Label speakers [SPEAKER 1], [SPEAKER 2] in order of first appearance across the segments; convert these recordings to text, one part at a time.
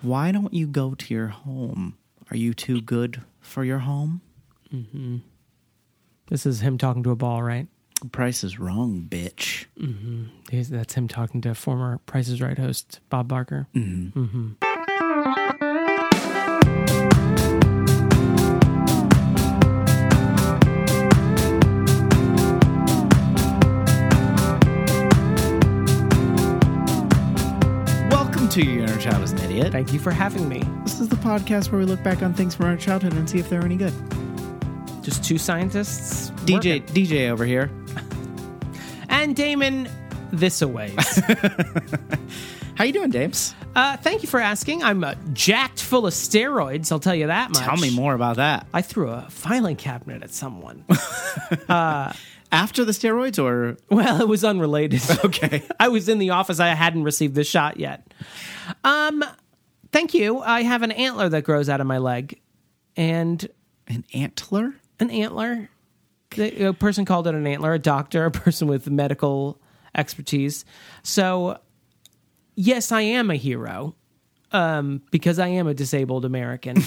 [SPEAKER 1] Why don't you go to your home? Are you too good for your home?
[SPEAKER 2] This is him talking to a ball, right?
[SPEAKER 1] Price is wrong, bitch.
[SPEAKER 2] He's, that's him talking to former Price is Right host Bob Barker.
[SPEAKER 1] Mm-hmm. Welcome to Your Inner Child is an Idiot.
[SPEAKER 2] Thank you for having me.
[SPEAKER 1] This is the podcast where we look back on things from our childhood and see if they're any good.
[SPEAKER 2] Just two scientists,
[SPEAKER 1] DJ
[SPEAKER 2] working.
[SPEAKER 1] DJ over here.
[SPEAKER 2] and Damon this away.
[SPEAKER 1] How you doing, Dames?
[SPEAKER 2] uh, thank you for asking. I'm uh, jacked full of steroids. I'll tell you that much.
[SPEAKER 1] Tell me more about that.
[SPEAKER 2] I threw a filing cabinet at someone.
[SPEAKER 1] After the steroids or
[SPEAKER 2] well, it was unrelated.
[SPEAKER 1] okay.
[SPEAKER 2] I was in the office. I hadn't received the shot yet. Um, thank you. I have an antler that grows out of my leg, and
[SPEAKER 1] An antler?
[SPEAKER 2] an antler. The, a person called it an antler. A doctor, a person with medical expertise. So, yes, I am a hero um, because I am a disabled American.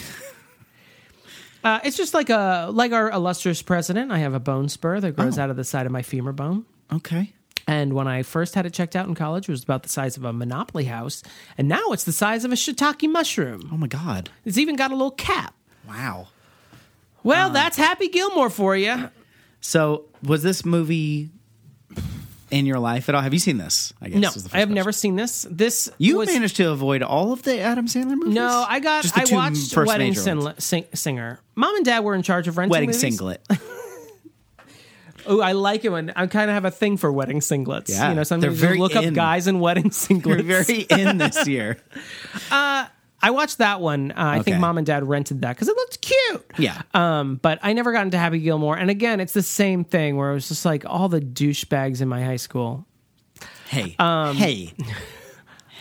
[SPEAKER 2] Uh, it's just like a like our illustrious president. I have a bone spur that grows out of the side of my femur bone.
[SPEAKER 1] Okay.
[SPEAKER 2] And when I first had it checked out in college, it was about the size of a Monopoly house. And now it's the size of a shiitake mushroom.
[SPEAKER 1] Oh my god.
[SPEAKER 2] It's even got a little cap.
[SPEAKER 1] Wow.
[SPEAKER 2] Well, that's Happy Gilmore for you.
[SPEAKER 1] So was this movie in your life at all? Have you seen this? I guess
[SPEAKER 2] No,
[SPEAKER 1] is the first
[SPEAKER 2] I have
[SPEAKER 1] question.
[SPEAKER 2] never seen this. This
[SPEAKER 1] You
[SPEAKER 2] was
[SPEAKER 1] managed to avoid all of the Adam Sandler movies.
[SPEAKER 2] no. I got.
[SPEAKER 1] Just the
[SPEAKER 2] I
[SPEAKER 1] two
[SPEAKER 2] watched
[SPEAKER 1] first
[SPEAKER 2] Wedding
[SPEAKER 1] major ones.
[SPEAKER 2] Singla- sing- Singer. Mom and Dad were in charge of renting
[SPEAKER 1] Wedding
[SPEAKER 2] movies.
[SPEAKER 1] Singlet.
[SPEAKER 2] Oh, I like it when I kind of have a thing for wedding singlets.
[SPEAKER 1] Yeah,
[SPEAKER 2] you know,
[SPEAKER 1] they're
[SPEAKER 2] sometimes you
[SPEAKER 1] very
[SPEAKER 2] look up
[SPEAKER 1] in.
[SPEAKER 2] guys in wedding
[SPEAKER 1] We're
[SPEAKER 2] singlets.
[SPEAKER 1] very in this year.
[SPEAKER 2] I watched that one. Uh, I think
[SPEAKER 1] Okay.
[SPEAKER 2] Mom and Dad rented that because it looked cute.
[SPEAKER 1] Yeah.
[SPEAKER 2] Um, but I never got into Happy Gilmore. And again, it's the same thing where it was just like all the douchebags in my high school.
[SPEAKER 1] Hey. hey.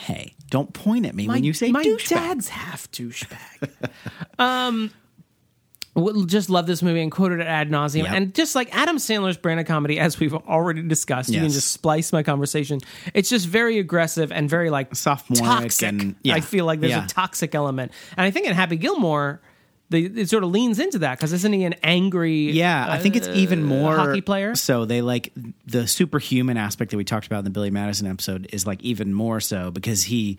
[SPEAKER 1] Hey. Don't point at me when you say
[SPEAKER 2] Um, my
[SPEAKER 1] douchebag.
[SPEAKER 2] dad's half douchebag. um, w- just love this movie and quoted it ad nauseum.
[SPEAKER 1] Yep.
[SPEAKER 2] And just like Adam Sandler's brand of comedy, as we've already discussed, you can
[SPEAKER 1] Yes.
[SPEAKER 2] just splice my conversation. It's just very aggressive and very like
[SPEAKER 1] Sophomoric
[SPEAKER 2] toxic.
[SPEAKER 1] and- yeah.
[SPEAKER 2] I feel like there's
[SPEAKER 1] Yeah.
[SPEAKER 2] a toxic element, and I think in Happy Gilmore. The, it sort of leans into that because isn't he an angry?
[SPEAKER 1] Yeah, I think it's even more
[SPEAKER 2] uh, hockey player?
[SPEAKER 1] So they like the superhuman aspect that we talked about in the Billy Madison episode is like even more so because he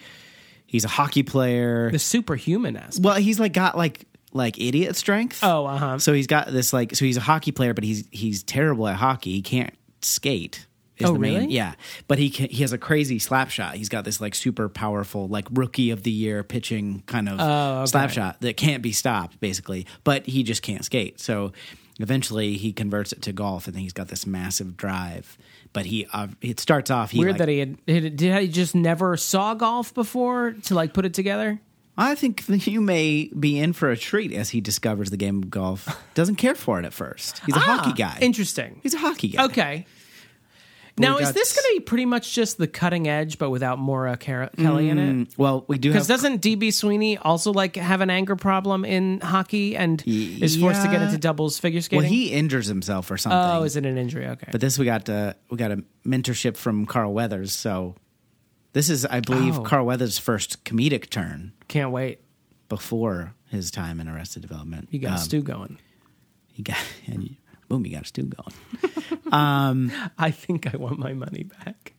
[SPEAKER 1] he's a hockey player.
[SPEAKER 2] the superhuman aspect.
[SPEAKER 1] Well, he's like got like like idiot strength.
[SPEAKER 2] Oh, uh-huh.
[SPEAKER 1] So he's got this like so he's a hockey player, but he's he's terrible at hockey. He can't skate. Is
[SPEAKER 2] Oh,
[SPEAKER 1] the main,
[SPEAKER 2] really?
[SPEAKER 1] Yeah, but he can, he has a crazy slap shot. He's got this like super powerful like rookie of the year pitching kind of
[SPEAKER 2] Oh,
[SPEAKER 1] slap shot that can't be stopped basically. But he just can't skate. So eventually he converts it to golf, and then he's got this massive drive. But he uh, it starts off he
[SPEAKER 2] Weird
[SPEAKER 1] like,
[SPEAKER 2] that he had, he had- did he just never saw golf before to like put it together.
[SPEAKER 1] I think that you may be in for a treat as he discovers the game of golf. Doesn't care for it at first. He's a hockey guy.
[SPEAKER 2] Interesting.
[SPEAKER 1] He's a hockey guy.
[SPEAKER 2] Ah, Okay. Now
[SPEAKER 1] we
[SPEAKER 2] is
[SPEAKER 1] got-
[SPEAKER 2] this going to be pretty much just the cutting edge, but without Maura Car- Kelly in
[SPEAKER 1] Mm,
[SPEAKER 2] it?
[SPEAKER 1] Well, we do have.
[SPEAKER 2] Because doesn't DB Sweeney also like have an anger problem in hockey and is forced to get
[SPEAKER 1] yeah.
[SPEAKER 2] into doubles figure skating?
[SPEAKER 1] well, he injures himself or something.
[SPEAKER 2] oh, is it an injury? Okay.
[SPEAKER 1] but this we got uh, we got a mentorship from Carl Weathers. So this is, I believe,
[SPEAKER 2] Oh.
[SPEAKER 1] Carl Weathers' first comedic turn
[SPEAKER 2] Can't wait.
[SPEAKER 1] before his time in Arrested Development.
[SPEAKER 2] You got Stu going.
[SPEAKER 1] He got and boom, you got a stew going.
[SPEAKER 2] I think I want my money back.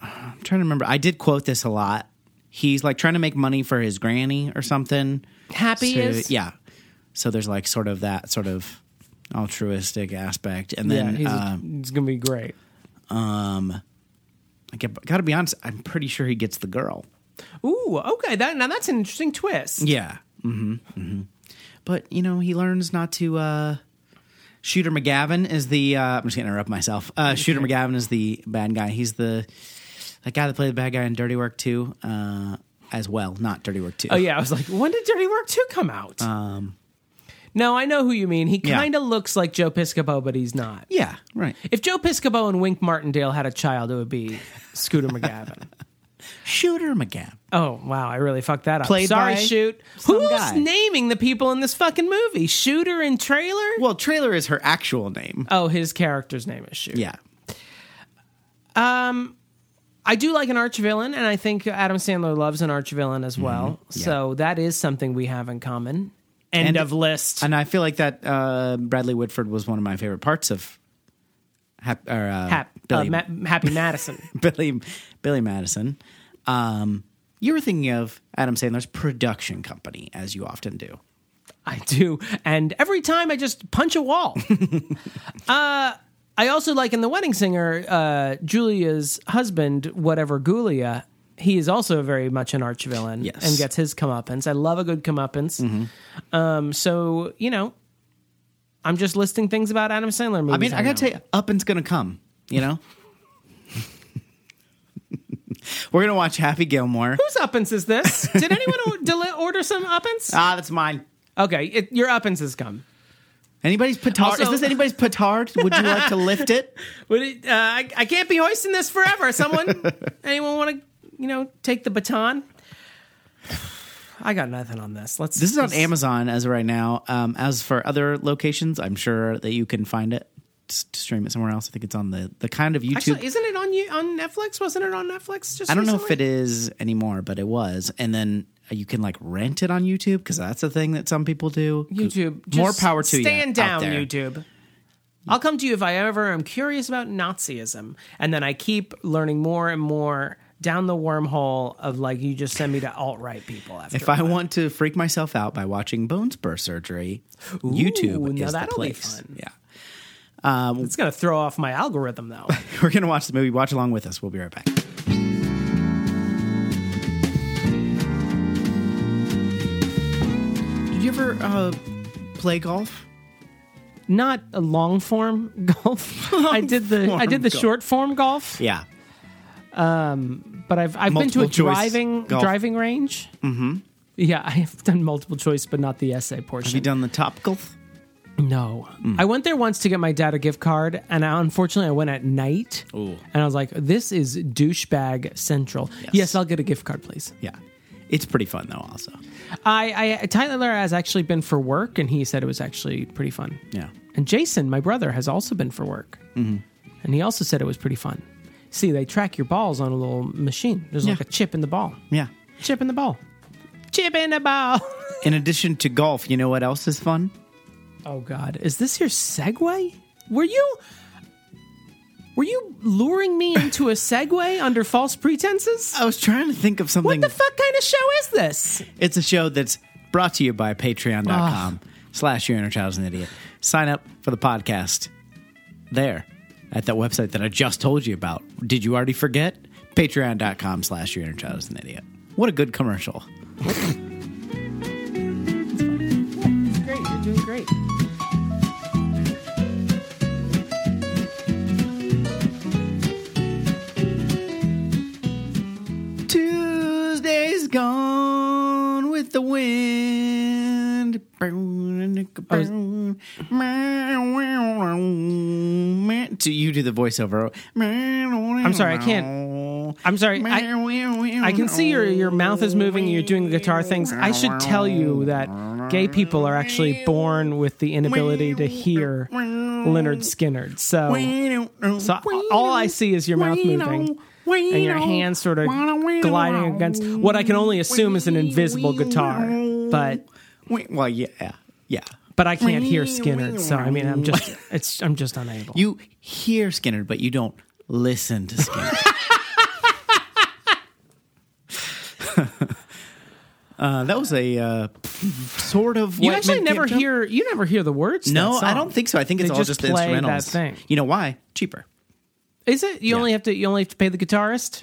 [SPEAKER 1] I'm trying to remember. I did quote this a lot. He's like trying to make money for his granny or something.
[SPEAKER 2] Happy
[SPEAKER 1] So-
[SPEAKER 2] is
[SPEAKER 1] yeah. So there's like sort of that sort of altruistic aspect, and
[SPEAKER 2] Yeah,
[SPEAKER 1] then
[SPEAKER 2] he's,
[SPEAKER 1] uh,
[SPEAKER 2] it's gonna be great.
[SPEAKER 1] I got to be honest. I'm pretty sure he gets the girl.
[SPEAKER 2] Ooh, okay. That now that's an interesting twist.
[SPEAKER 1] Yeah. Mm-hmm. mm-hmm. But you know, he learns not to. Uh, Shooter McGavin is the. Uh, I'm just gonna interrupt myself. Uh, Shooter McGavin is the bad guy. He's the that guy that played the bad guy in Dirty Work Two, uh, as well. Not Dirty Work Two.
[SPEAKER 2] Oh yeah, I was like, when did Dirty Work Two come out? Um, no, I know who you mean. He
[SPEAKER 1] Yeah.
[SPEAKER 2] kind of looks like Joe Piscopo, but he's not.
[SPEAKER 1] yeah, right.
[SPEAKER 2] If Joe Piscopo and Wink Martindale had a child, it would be Scooter McGavin.
[SPEAKER 1] Shooter McGavin.
[SPEAKER 2] oh wow, I really fucked that up.
[SPEAKER 1] Played
[SPEAKER 2] Sorry,
[SPEAKER 1] by
[SPEAKER 2] shoot.
[SPEAKER 1] some
[SPEAKER 2] Who's
[SPEAKER 1] guy.
[SPEAKER 2] naming the people in this fucking movie? Shooter and Trailer.
[SPEAKER 1] Well, Trailer is her actual name.
[SPEAKER 2] Oh, his character's name is Shoot.
[SPEAKER 1] Yeah.
[SPEAKER 2] I do like an arch villain, and I think Adam Sandler loves an arch villain
[SPEAKER 1] Mm-hmm.
[SPEAKER 2] as well. So that is something we have in common. End
[SPEAKER 1] And-
[SPEAKER 2] of list.
[SPEAKER 1] And I feel like that uh, Bradley Whitford was one of my favorite parts of Hap, or, uh,
[SPEAKER 2] Hap, uh,
[SPEAKER 1] Billy,
[SPEAKER 2] Ma- Happy Madison.
[SPEAKER 1] Billy Billy Madison. Um, you were thinking of Adam Sandler's production company, as you often do.
[SPEAKER 2] I do. And every time I just punch a wall. uh, I also like in The Wedding Singer, uh, Julia's husband, whatever Gulia, he is also very much an arch villain
[SPEAKER 1] Yes. Mm-hmm.
[SPEAKER 2] and gets his comeuppance. I love a good comeuppance. Um, so, you know, I'm just listing things about Adam Sandler movies.
[SPEAKER 1] I mean, I gotta tell
[SPEAKER 2] know.
[SPEAKER 1] you, Uppin's gonna come. You know, we're gonna watch Happy Gilmore.
[SPEAKER 2] Whose uppance is this? Did anyone or- deli- order some uppance?
[SPEAKER 1] Ah, that's mine.
[SPEAKER 2] Okay, it, your uppance has come.
[SPEAKER 1] Anybody's petard?
[SPEAKER 2] Also-
[SPEAKER 1] Is this anybody's petard? Would you like to lift it?
[SPEAKER 2] Would it, uh, I, I can't be hoisting this forever. Someone, anyone want to, you know, take the baton? I got nothing on this. Let's.
[SPEAKER 1] This is on Amazon as of right now. Um, as for other locations, I'm sure that you can find it s- to stream it somewhere else. I think it's on the the kind of YouTube.
[SPEAKER 2] Actually, isn't it on you on Netflix? Wasn't it on Netflix? Just
[SPEAKER 1] I don't know if it is anymore, but it was. And then uh, you can like rent it on YouTube because that's a thing that some people do.
[SPEAKER 2] YouTube. Just
[SPEAKER 1] more power to you.
[SPEAKER 2] Stand
[SPEAKER 1] out
[SPEAKER 2] down,
[SPEAKER 1] there.
[SPEAKER 2] YouTube. I'll come to you if I ever am curious about Nazism, and then I keep learning more and more down the wormhole of like you just send me to alt right people. After
[SPEAKER 1] If I want to freak myself out by watching bone spur surgery,
[SPEAKER 2] Ooh,
[SPEAKER 1] YouTube
[SPEAKER 2] now
[SPEAKER 1] is the
[SPEAKER 2] that'll be
[SPEAKER 1] place.
[SPEAKER 2] fun.
[SPEAKER 1] Yeah.
[SPEAKER 2] it's gonna throw off my algorithm though.
[SPEAKER 1] We're going to watch the movie. Watch along with us. We'll be right back. Did you ever uh, play golf?
[SPEAKER 2] not a long form golf. I did the I did the
[SPEAKER 1] form
[SPEAKER 2] short form golf,
[SPEAKER 1] Yeah.
[SPEAKER 2] but I've I've been to a
[SPEAKER 1] Multiple choice
[SPEAKER 2] driving
[SPEAKER 1] golf.
[SPEAKER 2] driving range. Mm-hmm. Yeah, I have done multiple choice, but not the essay
[SPEAKER 1] Have Mm. you
[SPEAKER 2] portion.
[SPEAKER 1] done the top golf?
[SPEAKER 2] no, I went there once to get my dad a gift card, and I, unfortunately, I went at night,
[SPEAKER 1] Ooh.
[SPEAKER 2] and I was like, "This is douchebag central." Yes. I'll get a gift card, please.
[SPEAKER 1] Yeah. It's pretty fun though. Also.
[SPEAKER 2] I, I Tyler has actually been for work, and he said it was actually pretty fun.
[SPEAKER 1] Yeah.
[SPEAKER 2] And Jason, my brother, has also been for work. And he also said it was pretty fun. See, they track your balls on a little machine. There's like
[SPEAKER 1] Yeah.
[SPEAKER 2] a chip in the ball.
[SPEAKER 1] Yeah.
[SPEAKER 2] Chip in the ball. Chip in the ball.
[SPEAKER 1] In addition to golf, you know what else is fun?
[SPEAKER 2] oh God. Is this your segue? Were you Were you luring me into a segue under false pretenses?
[SPEAKER 1] I was trying to think of something.
[SPEAKER 2] What the fuck kind of show is this?
[SPEAKER 1] It's a show that's brought to you by patreon.com slash your inner child is an idiot. Sign up for the podcast there at that website that I just told you about. Did you already forget? Patreon.com slash your inner child is an idiot. What a good commercial.
[SPEAKER 2] Great, you're doing great.
[SPEAKER 1] Tuesday's gone with the wind. Do you do the voiceover? I'm
[SPEAKER 2] sorry, I can't. I'm sorry. I, I can see your your mouth is moving. You're doing the guitar things. I should tell you that gay people are actually born with the inability to hear Leonard Skinner. So, so all I see is your mouth moving and your hands sort of gliding against what I can only assume is an invisible guitar. But
[SPEAKER 1] Well, yeah, yeah.
[SPEAKER 2] but I can't hear Skinner. So I mean, I'm just it's I'm just unable.
[SPEAKER 1] You hear Skinner, but you don't listen to Skinner. uh, that was a uh, sort of.
[SPEAKER 2] You
[SPEAKER 1] white
[SPEAKER 2] actually
[SPEAKER 1] man
[SPEAKER 2] never
[SPEAKER 1] can't jump.
[SPEAKER 2] hear you never hear the words. to
[SPEAKER 1] No,
[SPEAKER 2] that
[SPEAKER 1] I
[SPEAKER 2] song.
[SPEAKER 1] don't think so. I think it's
[SPEAKER 2] They
[SPEAKER 1] all
[SPEAKER 2] just
[SPEAKER 1] just,
[SPEAKER 2] play
[SPEAKER 1] instrumentals.
[SPEAKER 2] that thing.
[SPEAKER 1] You know why? Cheaper.
[SPEAKER 2] Is it? You only have to you only have to pay the guitarist.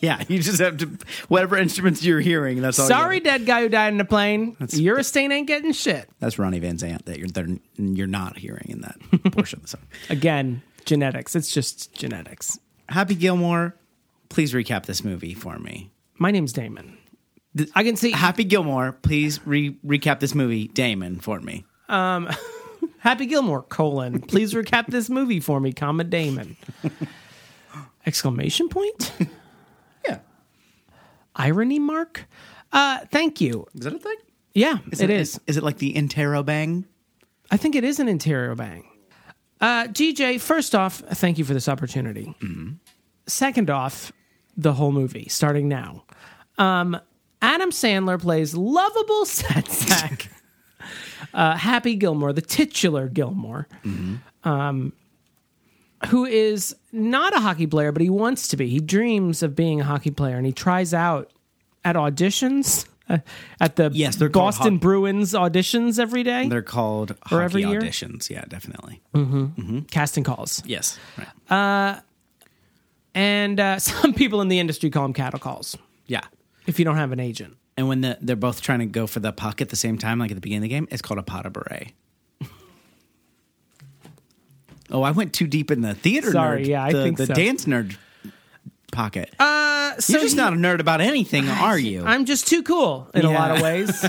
[SPEAKER 1] Yeah, you just have to whatever instruments you're hearing. That's all. you-
[SPEAKER 2] Sorry, dead guy who died in a plane. Your estate ain't getting shit.
[SPEAKER 1] that's Ronnie Van Zant that you're that you're not hearing in that portion of the song.
[SPEAKER 2] Again, genetics. It's just genetics.
[SPEAKER 1] Happy Gilmore, please recap this movie for me.
[SPEAKER 2] My name's Damon. I can see
[SPEAKER 1] Happy Gilmore, please re- recap this movie, Damon, for me.
[SPEAKER 2] Happy Gilmore colon. Please recap this movie for me, comma Damon. Exclamation point?
[SPEAKER 1] Yeah,
[SPEAKER 2] Irony mark? Uh, thank you.
[SPEAKER 1] is that a thing?
[SPEAKER 2] Yeah, it
[SPEAKER 1] it-
[SPEAKER 2] is.
[SPEAKER 1] Is it like the interrobang?
[SPEAKER 2] I think it is
[SPEAKER 1] Mm-hmm.
[SPEAKER 2] an interior bang. Uh, DJ, first off, thank you for this opportunity. second off, the whole movie starting now. Um, Adam Sandler plays lovable sad sack, uh, Happy Gilmore, the titular Gilmore,
[SPEAKER 1] Mm-hmm.
[SPEAKER 2] um, who is not a hockey player, but he wants to be. He dreams of being a hockey player, and he tries out at auditions. uh, At the
[SPEAKER 1] Yes, they're called
[SPEAKER 2] Boston
[SPEAKER 1] hockey-
[SPEAKER 2] Bruins auditions every day,
[SPEAKER 1] They're called hockey
[SPEAKER 2] every year?
[SPEAKER 1] auditions. Yeah, definitely.
[SPEAKER 2] casting calls.
[SPEAKER 1] Yes. Right.
[SPEAKER 2] Uh, And uh, some people in the industry call them cattle calls
[SPEAKER 1] yeah.
[SPEAKER 2] if you don't have an agent.
[SPEAKER 1] And when the, they're both trying to go for the puck at the same time, like at the beginning of the game, it's called a pot of beret. oh, I went too deep in the theater
[SPEAKER 2] Sorry,
[SPEAKER 1] nerd.
[SPEAKER 2] yeah, I
[SPEAKER 1] the,
[SPEAKER 2] think
[SPEAKER 1] the
[SPEAKER 2] so.
[SPEAKER 1] dance nerd pocket.
[SPEAKER 2] Uh, so
[SPEAKER 1] You're just
[SPEAKER 2] he-
[SPEAKER 1] not a nerd about anything, are you?
[SPEAKER 2] I'm just too cool in a
[SPEAKER 1] Yeah.
[SPEAKER 2] lot of ways.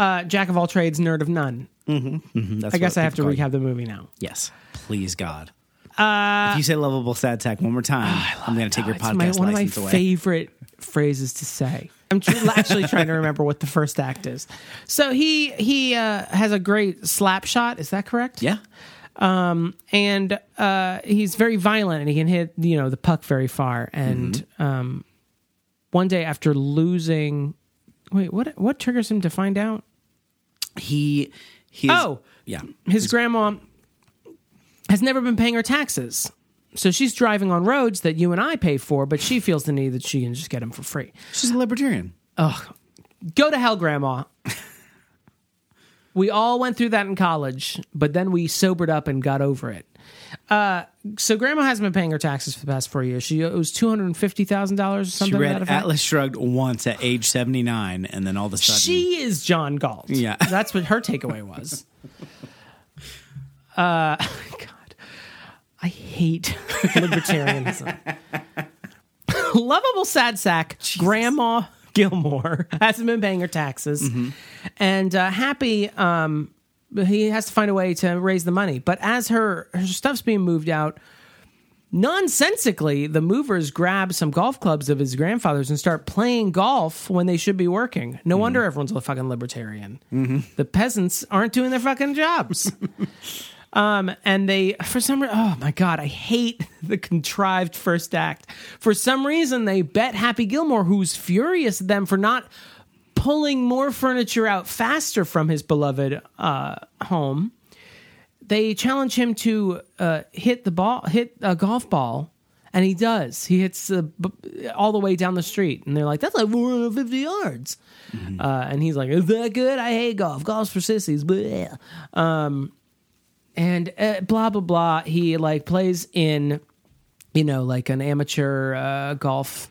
[SPEAKER 2] uh, jack of all trades, nerd of none.
[SPEAKER 1] That's
[SPEAKER 2] I guess
[SPEAKER 1] what
[SPEAKER 2] I have to
[SPEAKER 1] people call you.
[SPEAKER 2] recap the movie now.
[SPEAKER 1] Yes, please God.
[SPEAKER 2] Uh,
[SPEAKER 1] if you say lovable sad sack one more time,
[SPEAKER 2] Ah,
[SPEAKER 1] I'm going to take your
[SPEAKER 2] It's my-
[SPEAKER 1] podcast
[SPEAKER 2] one of my
[SPEAKER 1] license away.
[SPEAKER 2] favorite phrases to say. I'm tr- actually trying to remember what the first act is. So he he uh, has a great slap shot. Is that correct?
[SPEAKER 1] yeah,
[SPEAKER 2] and uh, he's very violent and he can hit you know the puck very far and um, one day after losing wait what what triggers him to find out
[SPEAKER 1] he he.
[SPEAKER 2] Oh.
[SPEAKER 1] yeah,
[SPEAKER 2] his grandma has never been paying her taxes so she's driving on roads that you and I pay for but she feels the need that she can just get them for free
[SPEAKER 1] she's a libertarian.
[SPEAKER 2] go to hell grandma we all went through that in college but then we sobered up and got over it uh, so grandma hasn't been paying her taxes for the past four years she owes $250000 or
[SPEAKER 1] She
[SPEAKER 2] something to that
[SPEAKER 1] read
[SPEAKER 2] effect.
[SPEAKER 1] Atlas Shrugged once at age 79, and then all of a sudden
[SPEAKER 2] she is john galt
[SPEAKER 1] Yeah.
[SPEAKER 2] that's what her takeaway was uh, god i hate libertarianism lovable sad sack grandma gilmore hasn't been paying her taxes and uh, happy um, he has to find a way to raise the money but as her, her stuff's being moved out nonsensically the movers grab some golf clubs of his grandfather's and start playing golf when they should be working no wonder everyone's a fucking libertarian the peasants aren't doing their fucking jobs Um, and they for some reason oh my god i hate the contrived first act for some reason they bet happy gilmore who's furious at them for not pulling more furniture out faster from his beloved uh, home they challenge him to uh, hit the ball hit a golf ball and he does he hits uh, b- all the way down the street and they're like that's like 450 yards uh, and he's like is that good i hate golf golf's for sissies Bleh and uh, blah blah blah. He like plays in, you know, like an amateur uh, golf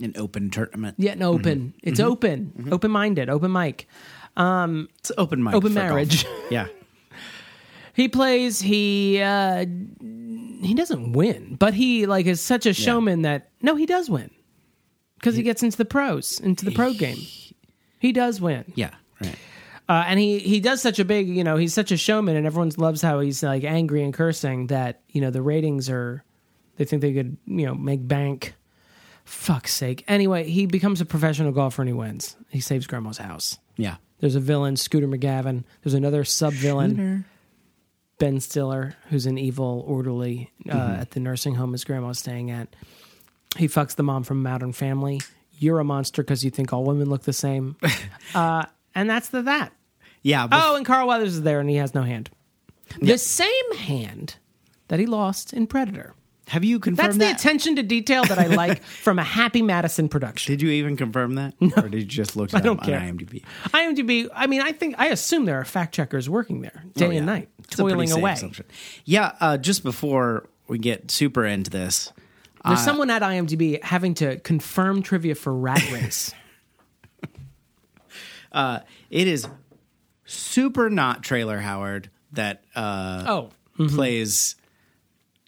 [SPEAKER 1] an open tournament.
[SPEAKER 2] yeah, an open. It's open, open minded, open mic.
[SPEAKER 1] It's open mic,
[SPEAKER 2] Open
[SPEAKER 1] for golf.
[SPEAKER 2] marriage.
[SPEAKER 1] Yeah,
[SPEAKER 2] He plays. He uh, he doesn't win, but he like is such a showman that no, he does win because he gets into the pros, into the pro game. He does win.
[SPEAKER 1] yeah, right.
[SPEAKER 2] uh, and he he does such a big you know he's such a showman and everyone loves how he's like angry and cursing that you know the ratings are they think they could you know make bank fuck's sake anyway he becomes a professional golfer and he wins he saves grandma's house
[SPEAKER 1] Yeah,
[SPEAKER 2] there's a villain scooter mcgavin there's another sub villain ben stiller who's an evil orderly uh, at the nursing home his grandma's staying at he fucks the mom from modern family you're a monster because you think all women look the same uh, and that's the that
[SPEAKER 1] yeah. bef-
[SPEAKER 2] Oh, and Carl Weathers is there, and he has no hand. The same hand that he lost in Predator.
[SPEAKER 1] have you
[SPEAKER 2] That's
[SPEAKER 1] confirmed
[SPEAKER 2] the
[SPEAKER 1] that?
[SPEAKER 2] attention to detail that I like from a Happy Madison production.
[SPEAKER 1] did you even confirm that, or did you just look it up
[SPEAKER 2] don't
[SPEAKER 1] on
[SPEAKER 2] care.
[SPEAKER 1] IMDb?
[SPEAKER 2] IMDb. I mean, I think I assume there are fact checkers working there day
[SPEAKER 1] Oh, yeah.
[SPEAKER 2] and night,
[SPEAKER 1] It's a pretty
[SPEAKER 2] toiling
[SPEAKER 1] safe
[SPEAKER 2] away.
[SPEAKER 1] assumption. Yeah, uh, just before we get super into this, Uh,
[SPEAKER 2] There's someone at IMDb having to confirm trivia for Rat Race.
[SPEAKER 1] it is super not Trailer Howard that uh,
[SPEAKER 2] oh,
[SPEAKER 1] plays.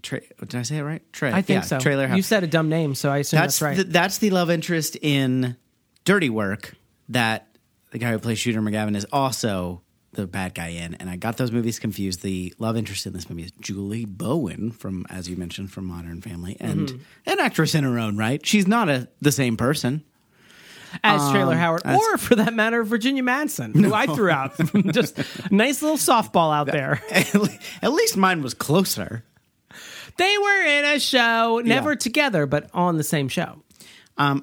[SPEAKER 1] Tra- did I say it right? Trey.
[SPEAKER 2] I think
[SPEAKER 1] yeah,
[SPEAKER 2] so.
[SPEAKER 1] Trailer Howard.
[SPEAKER 2] You said a dumb name, so I assume
[SPEAKER 1] that's
[SPEAKER 2] that's, right.
[SPEAKER 1] The, that's the love interest in Dirty Work that the guy who plays Shooter McGavin is also the bad guy in, and I got those movies confused. The love interest in this movie is Julie Bowen from, as you mentioned, from Modern Family, and
[SPEAKER 2] Mm-hmm.
[SPEAKER 1] an actress in her own right. She's not a, the same person.
[SPEAKER 2] as
[SPEAKER 1] um,
[SPEAKER 2] Trailer Howard, or for that matter, Virginia Madsen, who I threw out. Just nice little softball out there.
[SPEAKER 1] At least mine was closer.
[SPEAKER 2] They were in a show, never
[SPEAKER 1] Yeah.
[SPEAKER 2] together, but on the same show.
[SPEAKER 1] Uh,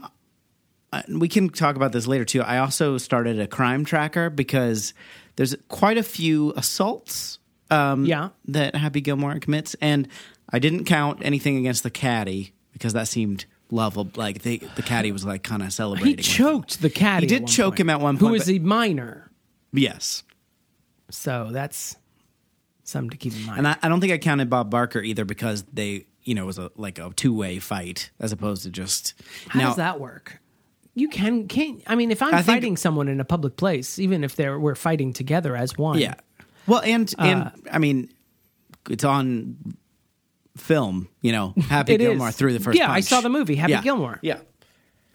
[SPEAKER 1] and we can talk about this later too. I also started a crime tracker because there's quite a few assaults Um,
[SPEAKER 2] yeah.
[SPEAKER 1] that Happy Gilmore commits, and I didn't count anything against the caddy because that seemed lovable. Like the the caddy was like kind of
[SPEAKER 2] He
[SPEAKER 1] celebrating.
[SPEAKER 2] choked the caddy.
[SPEAKER 1] He did
[SPEAKER 2] at one
[SPEAKER 1] choke
[SPEAKER 2] point,
[SPEAKER 1] him at one
[SPEAKER 2] Who
[SPEAKER 1] point,
[SPEAKER 2] is
[SPEAKER 1] but-
[SPEAKER 2] a minor.
[SPEAKER 1] yes,
[SPEAKER 2] So that's something to keep in mind.
[SPEAKER 1] and I, I don't think I counted Bob Barker either because they you know it was a like a two way fight as opposed to just
[SPEAKER 2] How
[SPEAKER 1] now
[SPEAKER 2] does that work? You can can I mean if I'm
[SPEAKER 1] I think-
[SPEAKER 2] fighting someone in a public place, even if they're we're fighting together as one.
[SPEAKER 1] Yeah. Well, and
[SPEAKER 2] Uh,
[SPEAKER 1] and I mean, it's on film. You know, Happy
[SPEAKER 2] It
[SPEAKER 1] Gilmore
[SPEAKER 2] is.
[SPEAKER 1] through the first.
[SPEAKER 2] Yeah, I
[SPEAKER 1] punch.
[SPEAKER 2] saw the movie, Happy
[SPEAKER 1] Yeah.
[SPEAKER 2] Gilmore.
[SPEAKER 1] Yeah.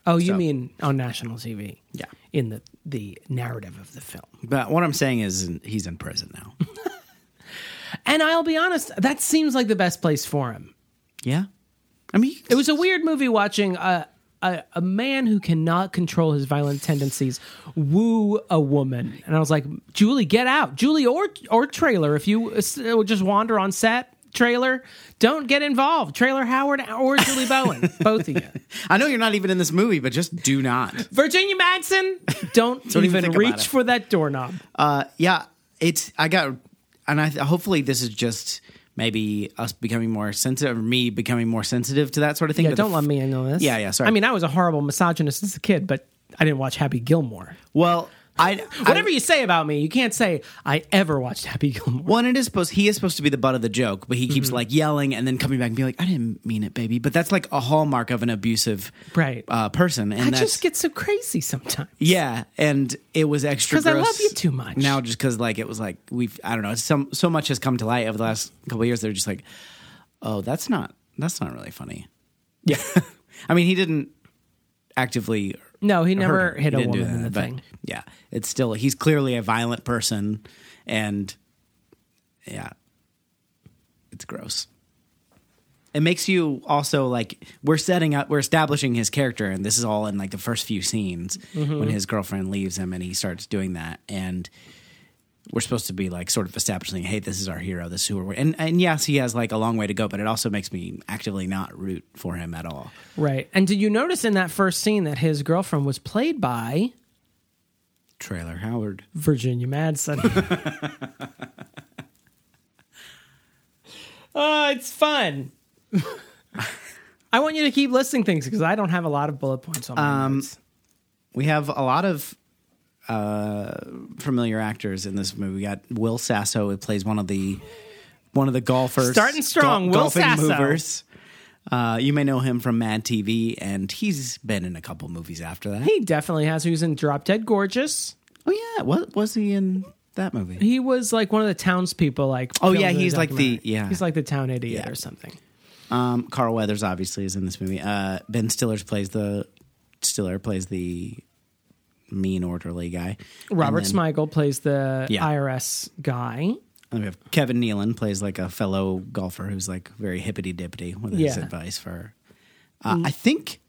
[SPEAKER 2] Oh, you
[SPEAKER 1] So-
[SPEAKER 2] mean on national TV?
[SPEAKER 1] Yeah.
[SPEAKER 2] In the the narrative of the film.
[SPEAKER 1] But what I'm saying is, he's in prison now.
[SPEAKER 2] And I'll be honest, that seems like the best place for him.
[SPEAKER 1] yeah. I mean,
[SPEAKER 2] It was a weird movie watching a a, a man who cannot control his violent tendencies woo a woman, and I was like, Julie, get out, Julie, or or trailer. If you uh, s- uh, just wander on set, trailer, don't get involved. Trailer Howard or Julie Bowen, both of you.
[SPEAKER 1] I know you're not even in this movie, but just do not.
[SPEAKER 2] Virginia Madsen, don't,
[SPEAKER 1] Don't even
[SPEAKER 2] even,
[SPEAKER 1] think about
[SPEAKER 2] reach
[SPEAKER 1] it.
[SPEAKER 2] for that doorknob.
[SPEAKER 1] Uh, yeah, it's I got, and I hopefully this is just maybe us becoming more sensitive, or me becoming more sensitive to that sort of thing.
[SPEAKER 2] yeah,
[SPEAKER 1] but the
[SPEAKER 2] don't let
[SPEAKER 1] f-
[SPEAKER 2] me in on this.
[SPEAKER 1] Yeah, yeah, sorry.
[SPEAKER 2] I mean, I was a horrible misogynist as a kid, but I didn't watch Happy Gilmore.
[SPEAKER 1] Well, I
[SPEAKER 2] Whatever
[SPEAKER 1] I,
[SPEAKER 2] you say about me, you can't say I ever watched Happy Gilmore.
[SPEAKER 1] Well, and it is supposed he is supposed to be the butt of the joke, but he keeps
[SPEAKER 2] Mm-hmm.
[SPEAKER 1] like yelling and then coming back and being like, "I didn't mean it, baby." But that's like a hallmark of an abusive
[SPEAKER 2] Right.
[SPEAKER 1] uh, person, and
[SPEAKER 2] I
[SPEAKER 1] that's
[SPEAKER 2] just get so crazy sometimes.
[SPEAKER 1] yeah. And it was extra
[SPEAKER 2] 'Cause I love
[SPEAKER 1] gross
[SPEAKER 2] you too much.
[SPEAKER 1] now, just because like it was like we've I don't know some so much has come to light over the last couple of years. They're just like, oh, that's not that's not really funny. Yeah, I mean he didn't actively.
[SPEAKER 2] No, he
[SPEAKER 1] hurt
[SPEAKER 2] never
[SPEAKER 1] her.
[SPEAKER 2] hit
[SPEAKER 1] He
[SPEAKER 2] a
[SPEAKER 1] didn't do
[SPEAKER 2] woman in
[SPEAKER 1] that,
[SPEAKER 2] the
[SPEAKER 1] but
[SPEAKER 2] thing.
[SPEAKER 1] Yeah, it's still he's clearly a violent person, and yeah, it's gross. It makes you also like we're setting up, we're establishing his character, and this is all in like the first few scenes
[SPEAKER 2] Mm-hmm.
[SPEAKER 1] when his girlfriend leaves him and he starts doing that, and we're supposed to be like sort of establishing, hey, this is our hero, this is who we're, and and yes, he has like a long way to go, but it also makes me actively not root for him at all.
[SPEAKER 2] Right. And did you notice in that first scene that his girlfriend was played by
[SPEAKER 1] Trailer Howard.
[SPEAKER 2] Virginia Madsen? oh, it's fun. I want you to keep listing things because I don't have a lot of bullet points on my
[SPEAKER 1] Um,
[SPEAKER 2] notes.
[SPEAKER 1] we have a lot of uh, familiar actors in this movie. We got Will Sasso, who plays one of the one of the golfers,
[SPEAKER 2] Starting strong, Will
[SPEAKER 1] golfing
[SPEAKER 2] Sasso.
[SPEAKER 1] Movers. Uh, you may know him from Mad TV, and he's been in a couple movies after that.
[SPEAKER 2] He definitely has. He was in Drop Dead Gorgeous.
[SPEAKER 1] oh yeah, what was he in that movie?
[SPEAKER 2] He was like one of the townspeople. Like,
[SPEAKER 1] Oh, yeah,
[SPEAKER 2] filmed in
[SPEAKER 1] he's like the-
[SPEAKER 2] documentary.
[SPEAKER 1] yeah.
[SPEAKER 2] he's like the town idiot
[SPEAKER 1] Yeah.
[SPEAKER 2] or something.
[SPEAKER 1] Um, Carl Weathers obviously is in this movie. Uh, ben Stiller's plays the Stiller plays the mean orderly guy.
[SPEAKER 2] Robert
[SPEAKER 1] And then-
[SPEAKER 2] Smigel plays the
[SPEAKER 1] Yeah.
[SPEAKER 2] IRS guy.
[SPEAKER 1] And we have Kevin Nealon plays like a fellow golfer who's like very hippity dippity with his
[SPEAKER 2] Yeah. Mm.
[SPEAKER 1] advice for. Uh, I think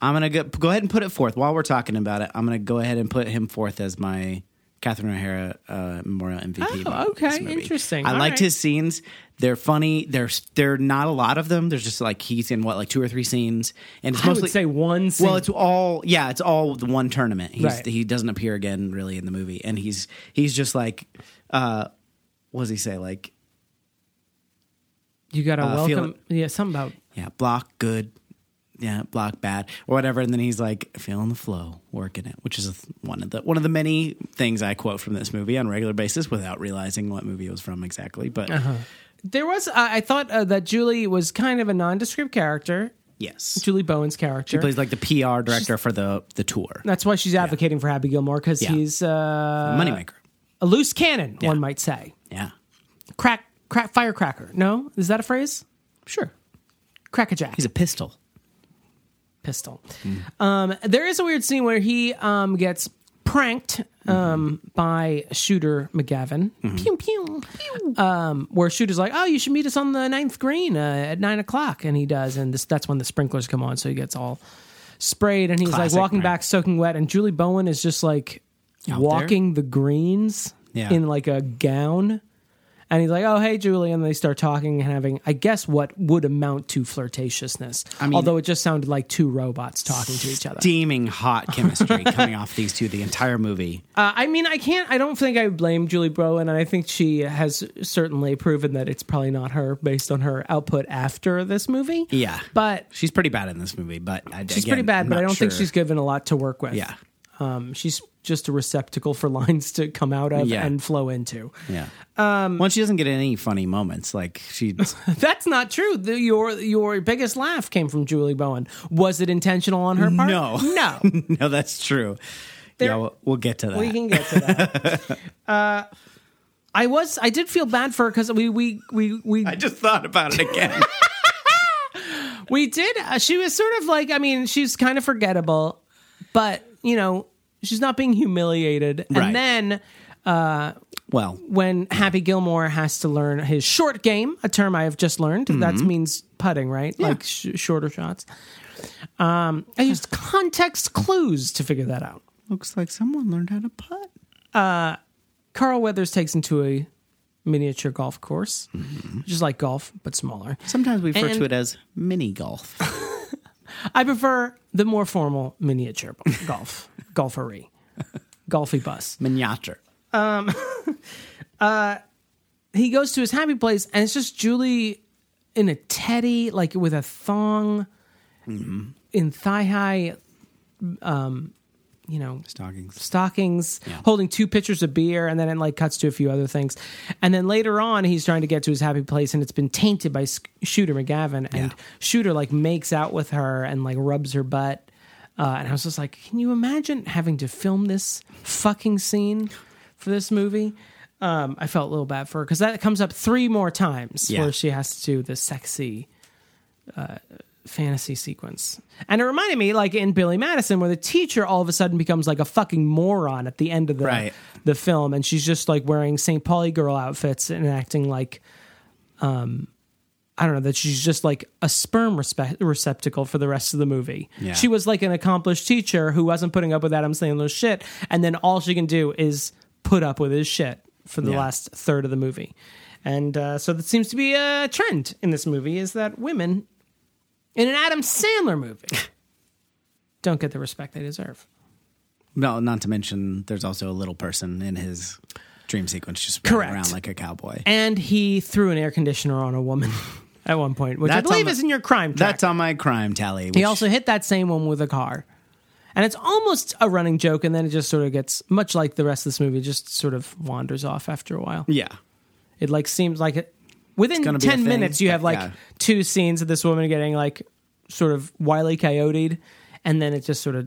[SPEAKER 1] I'm gonna go, go ahead and put it forth while we're talking about it. I'm gonna go ahead and put him forth as my Catherine O'Hara uh, Memorial MVP.
[SPEAKER 2] Oh,
[SPEAKER 1] moment of this
[SPEAKER 2] okay.
[SPEAKER 1] movie.
[SPEAKER 2] Interesting.
[SPEAKER 1] I
[SPEAKER 2] All
[SPEAKER 1] liked
[SPEAKER 2] right.
[SPEAKER 1] his scenes. They're funny. There's there are not a lot of them. There's just like he's in what like two or three scenes, and it's
[SPEAKER 2] I
[SPEAKER 1] mostly
[SPEAKER 2] would say one scene.
[SPEAKER 1] well, it's all yeah, it's all the one tournament. He's,
[SPEAKER 2] Right.
[SPEAKER 1] He doesn't appear again really in the movie, and he's he's just like, uh, what does he say? Like,
[SPEAKER 2] you got to
[SPEAKER 1] uh, feel
[SPEAKER 2] welcome. Yeah, something about
[SPEAKER 1] yeah, block good, yeah, block bad or whatever. And then he's like feeling the flow, working it, which is a th- one of the one of the many things I quote from this movie on a regular basis without realizing what movie it was from exactly. But
[SPEAKER 2] Uh-huh. there was. I I thought uh, that Julie was kind of a nondescript character.
[SPEAKER 1] yes,
[SPEAKER 2] Julie Bowen's character.
[SPEAKER 1] he plays like the PR director for the the tour,
[SPEAKER 2] That's why she's advocating for Happy Gilmore because
[SPEAKER 1] Yeah.
[SPEAKER 2] he's uh,
[SPEAKER 1] moneymaker.
[SPEAKER 2] a loose cannon. One might say.
[SPEAKER 1] Yeah,
[SPEAKER 2] Crack, crack, firecracker. No, is that a phrase?
[SPEAKER 1] sure.
[SPEAKER 2] Crackerjack.
[SPEAKER 1] He's a pistol.
[SPEAKER 2] pistol. Um, there is a weird scene where he um, gets pranked um, by shooter McGavin.
[SPEAKER 1] Mm-hmm.
[SPEAKER 2] Pew pew. Um, where shooter's like, "Oh, you should meet us on the ninth green uh, at nine o'clock," and he does, and this, that's when the sprinklers come on, so he gets all sprayed, and he's
[SPEAKER 1] Classic
[SPEAKER 2] like walking
[SPEAKER 1] prank.
[SPEAKER 2] back soaking wet, and Julie Bowen is just like
[SPEAKER 1] Out there?
[SPEAKER 2] walking the greens
[SPEAKER 1] Yeah.
[SPEAKER 2] in like a gown. and he's like, "Oh, hey, Julie," and they start talking and having, I guess, what would amount to flirtatiousness. I mean, although it just sounded like two robots talking to each other.
[SPEAKER 1] Steaming hot chemistry coming off these two the entire movie.
[SPEAKER 2] Uh, I mean, I can't. I don't think I blame Julie Browen, and I think she has certainly proven that it's probably not her based on her output after this movie.
[SPEAKER 1] Yeah.
[SPEAKER 2] but
[SPEAKER 1] She's pretty bad in this movie, but I,
[SPEAKER 2] she's pretty bad. But I don't think she's given a lot to work with.
[SPEAKER 1] Yeah.
[SPEAKER 2] um, she's just a receptacle for lines to come out of
[SPEAKER 1] Yeah.
[SPEAKER 2] and flow into.
[SPEAKER 1] Yeah. Um, well, she doesn't get any funny moments. Like she,
[SPEAKER 2] That's not true. The, your your biggest laugh came from Julie Bowen. Was it intentional on her part?
[SPEAKER 1] No.
[SPEAKER 2] no.
[SPEAKER 1] no, that's true. yeah, we'll, we'll get to that.
[SPEAKER 2] We can get to that. uh, I was I did feel bad for her because we we we we
[SPEAKER 1] I just thought about it again.
[SPEAKER 2] we did. Uh, she was sort of like I mean she's kind of forgettable, but you know she's not being humiliated.
[SPEAKER 1] Right.
[SPEAKER 2] And then
[SPEAKER 1] well,
[SPEAKER 2] when Happy Gilmore has to learn his short game, a term I have just learned that
[SPEAKER 1] Mm-hmm.
[SPEAKER 2] means putting, right? Like sh- shorter shots. Um, I used context clues to figure that out.
[SPEAKER 1] looks like someone learned how to putt.
[SPEAKER 2] Carl Weathers takes him to a miniature golf course,
[SPEAKER 1] Mm-hmm.
[SPEAKER 2] which is like golf but smaller.
[SPEAKER 1] Sometimes we refer
[SPEAKER 2] And-
[SPEAKER 1] to it as mini golf.
[SPEAKER 2] I prefer the more formal miniature b- golf, golfery, golfy bus.
[SPEAKER 1] Miniature.
[SPEAKER 2] He goes to his happy place, and it's just Julie in a teddy, like with a thong, in thigh high, um, you know,
[SPEAKER 1] Stockings.
[SPEAKER 2] stockings, holding two pitchers of beer, and then it like cuts to a few other things. And then later on, he's trying to get to his happy place, and it's been tainted by S- Shooter McGavin. And Shooter like makes out with her and like rubs her butt. Uh, and I was just like, can you imagine having to film this fucking scene for this movie? Um, I felt a little bad for her because that comes up three more times
[SPEAKER 1] Yeah.
[SPEAKER 2] where she has to do the sexy fantasy sequence. And it reminded me, like in Billy Madison, where the teacher all of a sudden becomes like a fucking moron at the end of the
[SPEAKER 1] Right.
[SPEAKER 2] the film, and she's just like wearing St. Pauli girl outfits and acting like, um, I don't know, that she's just like a sperm respe- receptacle for the rest of the movie.
[SPEAKER 1] Yeah.
[SPEAKER 2] She was like an accomplished teacher who wasn't putting up with Adam Sandler's shit, and then all she can do is put up with his shit for the
[SPEAKER 1] Yeah.
[SPEAKER 2] last third of the movie. And uh, so that seems to be a trend in this movie is that women in an Adam Sandler movie don't get the respect they deserve.
[SPEAKER 1] No, not to mention there's also a little person in his dream sequence just
[SPEAKER 2] Correct.
[SPEAKER 1] running around like a cowboy.
[SPEAKER 2] And he threw an air conditioner on a woman at one point, which
[SPEAKER 1] That's
[SPEAKER 2] I believe
[SPEAKER 1] on the-
[SPEAKER 2] is in your crime track.
[SPEAKER 1] That's on my crime tally.
[SPEAKER 2] he
[SPEAKER 1] which-
[SPEAKER 2] also hit that same one with a car. And it's almost a running joke, and then it just sort of gets much like the rest of this movie, it just sort of wanders off after a while.
[SPEAKER 1] yeah,
[SPEAKER 2] It like seems like it, within
[SPEAKER 1] gonna be a
[SPEAKER 2] ten
[SPEAKER 1] thing,
[SPEAKER 2] minutes you
[SPEAKER 1] but
[SPEAKER 2] have like
[SPEAKER 1] yeah.
[SPEAKER 2] two scenes of this woman getting like sort of wily coyoted, and then it just sort of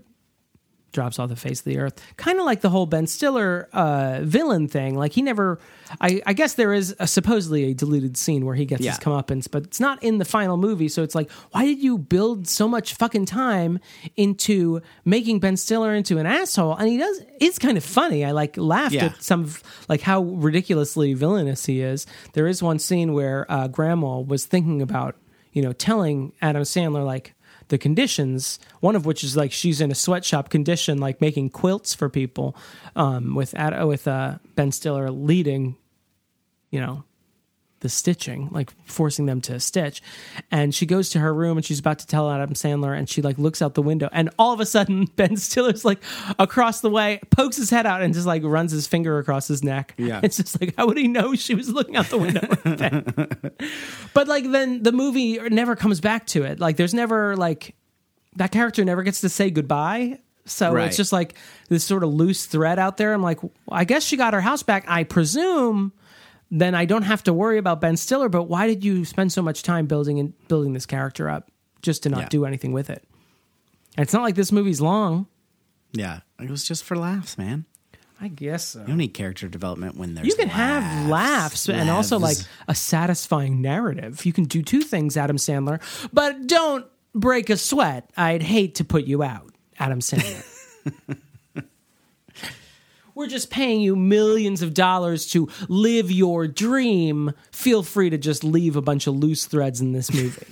[SPEAKER 2] drops off the face of the earth. Kind of like the whole Ben Stiller uh, villain thing. Like he never, I, I guess there is a, supposedly a deleted scene where he gets his
[SPEAKER 1] Yeah.
[SPEAKER 2] comeuppance, but it's not in the final movie. So it's like, why did you build so much fucking time into making Ben Stiller into an asshole? And he does. It's kind of funny. I like laughed
[SPEAKER 1] Yeah.
[SPEAKER 2] at some of like how ridiculously villainous he is. There is one scene where uh, Grandma was thinking about you know telling Adam Sandler like the conditions. One of which is like she's in a sweatshop condition, like making quilts for people, um, with Ad- with uh, Ben Stiller leading, you know, the stitching, like forcing them to stitch. And she goes to her room and she's about to tell Adam Sandler and she like looks out the window and all of a sudden Ben Stiller's like across the way, pokes his head out and just like runs his finger across his neck.
[SPEAKER 1] Yeah.
[SPEAKER 2] It's just like how would he know she was looking out the window? like that? but like then the movie never comes back to it. Like there's never like that character never gets to say goodbye. So
[SPEAKER 1] Right.
[SPEAKER 2] it's just like this sort of loose thread out there. I'm like, I guess she got her house back. I presume then I don't have to worry about Ben Stiller. But why did you spend so much time building and building this character up just to not
[SPEAKER 1] Yeah.
[SPEAKER 2] do anything with it? And it's not like this movie's long.
[SPEAKER 1] yeah. It was just for laughs, man.
[SPEAKER 2] I guess so.
[SPEAKER 1] You don't need character development when there's
[SPEAKER 2] You can have
[SPEAKER 1] laughs.
[SPEAKER 2] laughs and also like
[SPEAKER 1] Laughs.
[SPEAKER 2] a satisfying narrative. You can do two things, Adam Sandler, but don't break a sweat. I'd hate to put you out, Adam Sandler. We're just paying you millions of dollars to live your dream. Feel free to just leave a bunch of loose threads in this movie.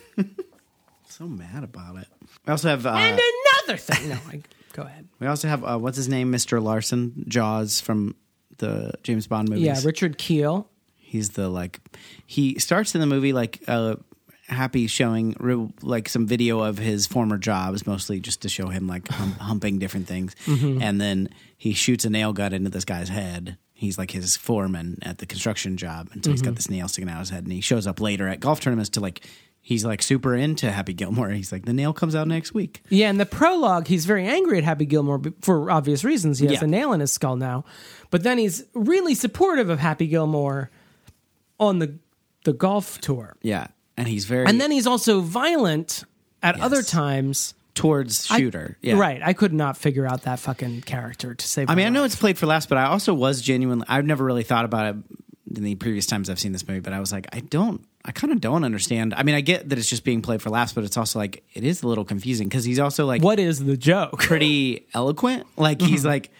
[SPEAKER 1] so mad about it. We also have uh,
[SPEAKER 2] and another thing. No, I, go ahead.
[SPEAKER 1] we also have uh, what's his name, Mr. Larson Jaws from the James Bond movies.
[SPEAKER 2] Yeah, Richard Keel.
[SPEAKER 1] He's the like he starts in the movie like uh happy showing re- like some video of his former jobs mostly just to show him like hum- humping different things
[SPEAKER 2] Mm-hmm.
[SPEAKER 1] and then he shoots a nail gun into this guy's head he's like his foreman at the construction job and so he's
[SPEAKER 2] Mm-hmm.
[SPEAKER 1] got this nail sticking out of his head and he shows up later at golf tournaments to like he's like super into happy gilmore he's like the nail comes out next week
[SPEAKER 2] Yeah, in the prologue, he's very angry at Happy Gilmore b- for obvious reasons. He has
[SPEAKER 1] Yeah.
[SPEAKER 2] a nail in his skull now, but then he's really supportive of Happy Gilmore on the the golf tour,
[SPEAKER 1] yeah and he's very
[SPEAKER 2] and then he's also violent at other times.
[SPEAKER 1] towards
[SPEAKER 2] I-
[SPEAKER 1] shooter yeah
[SPEAKER 2] right. I could not figure out that fucking character to save.
[SPEAKER 1] I mean, I know it's played for laughs, but I also was genuinely. I've never really thought about it in the previous times I've seen this movie, but I was like, I don't. I kind of don't understand. I mean, I get that it's just being played for laughs, but it's also like it is a little confusing because he's also like
[SPEAKER 2] what is the joke?
[SPEAKER 1] pretty eloquent. Like
[SPEAKER 2] Mm-hmm.
[SPEAKER 1] he's like,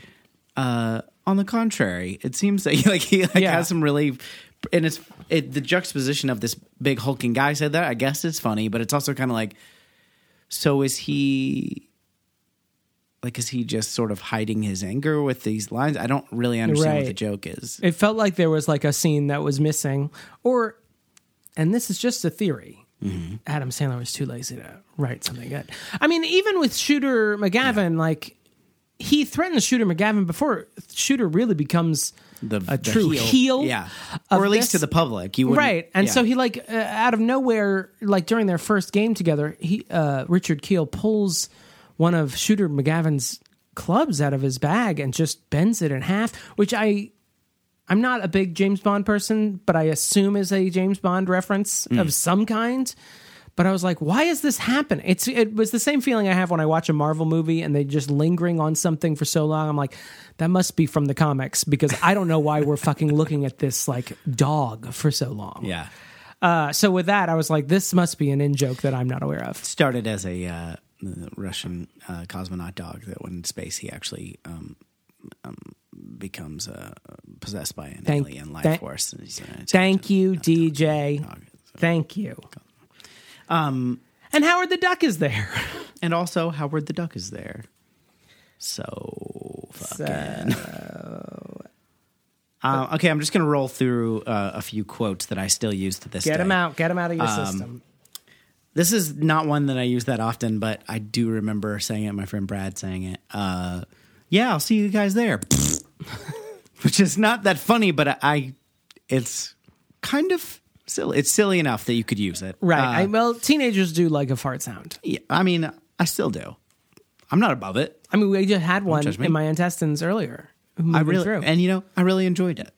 [SPEAKER 1] uh, on the contrary, it seems that like he like
[SPEAKER 2] Yeah.
[SPEAKER 1] has some really, and it's it, the juxtaposition of this big hulking guy said that. I guess it's funny, but it's also kind of like, so is he. Like is he just sort of hiding his anger with these lines? I don't really understand what the
[SPEAKER 2] Right.
[SPEAKER 1] joke is.
[SPEAKER 2] It felt like there was like a scene that was missing, or, and this is just a theory.
[SPEAKER 1] Mm-hmm.
[SPEAKER 2] Adam Sandler was too lazy to write something good. I mean, even with Shooter McGavin, like he threatens Shooter McGavin before Shooter really becomes
[SPEAKER 1] The the
[SPEAKER 2] a true heel,
[SPEAKER 1] yeah,
[SPEAKER 2] of
[SPEAKER 1] or at least
[SPEAKER 2] this-
[SPEAKER 1] to the public, you wouldn't-
[SPEAKER 2] right? And
[SPEAKER 1] yeah.
[SPEAKER 2] so he like uh, out of nowhere, like during their first game together, he uh, Richard Keel pulls one of Shooter McGavin's clubs out of his bag and just bends it in half, which I I'm not a big James Bond person, but I assume is a James Bond reference
[SPEAKER 1] Hmm.
[SPEAKER 2] of some kind. But I was like, why is this happening? It's it was the same feeling I have when I watch a Marvel movie and they just lingering on something for so long. I'm like, that must be from the comics because I don't know why we're fucking looking at this like dog for so long.
[SPEAKER 1] yeah
[SPEAKER 2] Uh, so with that, I was like, this must be an in joke that I'm not aware of.
[SPEAKER 1] started as a uh, Russian uh, cosmonaut dog that went in space. He actually um, um, becomes uh, possessed by an
[SPEAKER 2] Thank-
[SPEAKER 1] alien life
[SPEAKER 2] thank-
[SPEAKER 1] force. And he's uh, an intelligent
[SPEAKER 2] Thank you, DJ. Thank you.
[SPEAKER 1] Um,
[SPEAKER 2] And Howard the Duck is there.
[SPEAKER 1] and also Howard the Duck is there. So fucking. Um, okay, I'm just gonna roll through uh, a few quotes that I still use to this
[SPEAKER 2] Get
[SPEAKER 1] day.
[SPEAKER 2] him out. Get him out of your
[SPEAKER 1] Um,
[SPEAKER 2] system.
[SPEAKER 1] This is not one that I use that often, but I do remember saying it. My friend Brad saying it. Uh, yeah, I'll see you guys there. Which is not that funny, but I, I it's kind of silly. It's silly enough that you could use it,
[SPEAKER 2] Right.
[SPEAKER 1] Uh,
[SPEAKER 2] I, well, teenagers do like a fart sound.
[SPEAKER 1] yeah, I mean, I still do. I'm not above it.
[SPEAKER 2] I mean, we just had one
[SPEAKER 1] judge me.
[SPEAKER 2] in my intestines earlier.
[SPEAKER 1] I
[SPEAKER 2] moving
[SPEAKER 1] really
[SPEAKER 2] through.
[SPEAKER 1] and you know I really enjoyed it.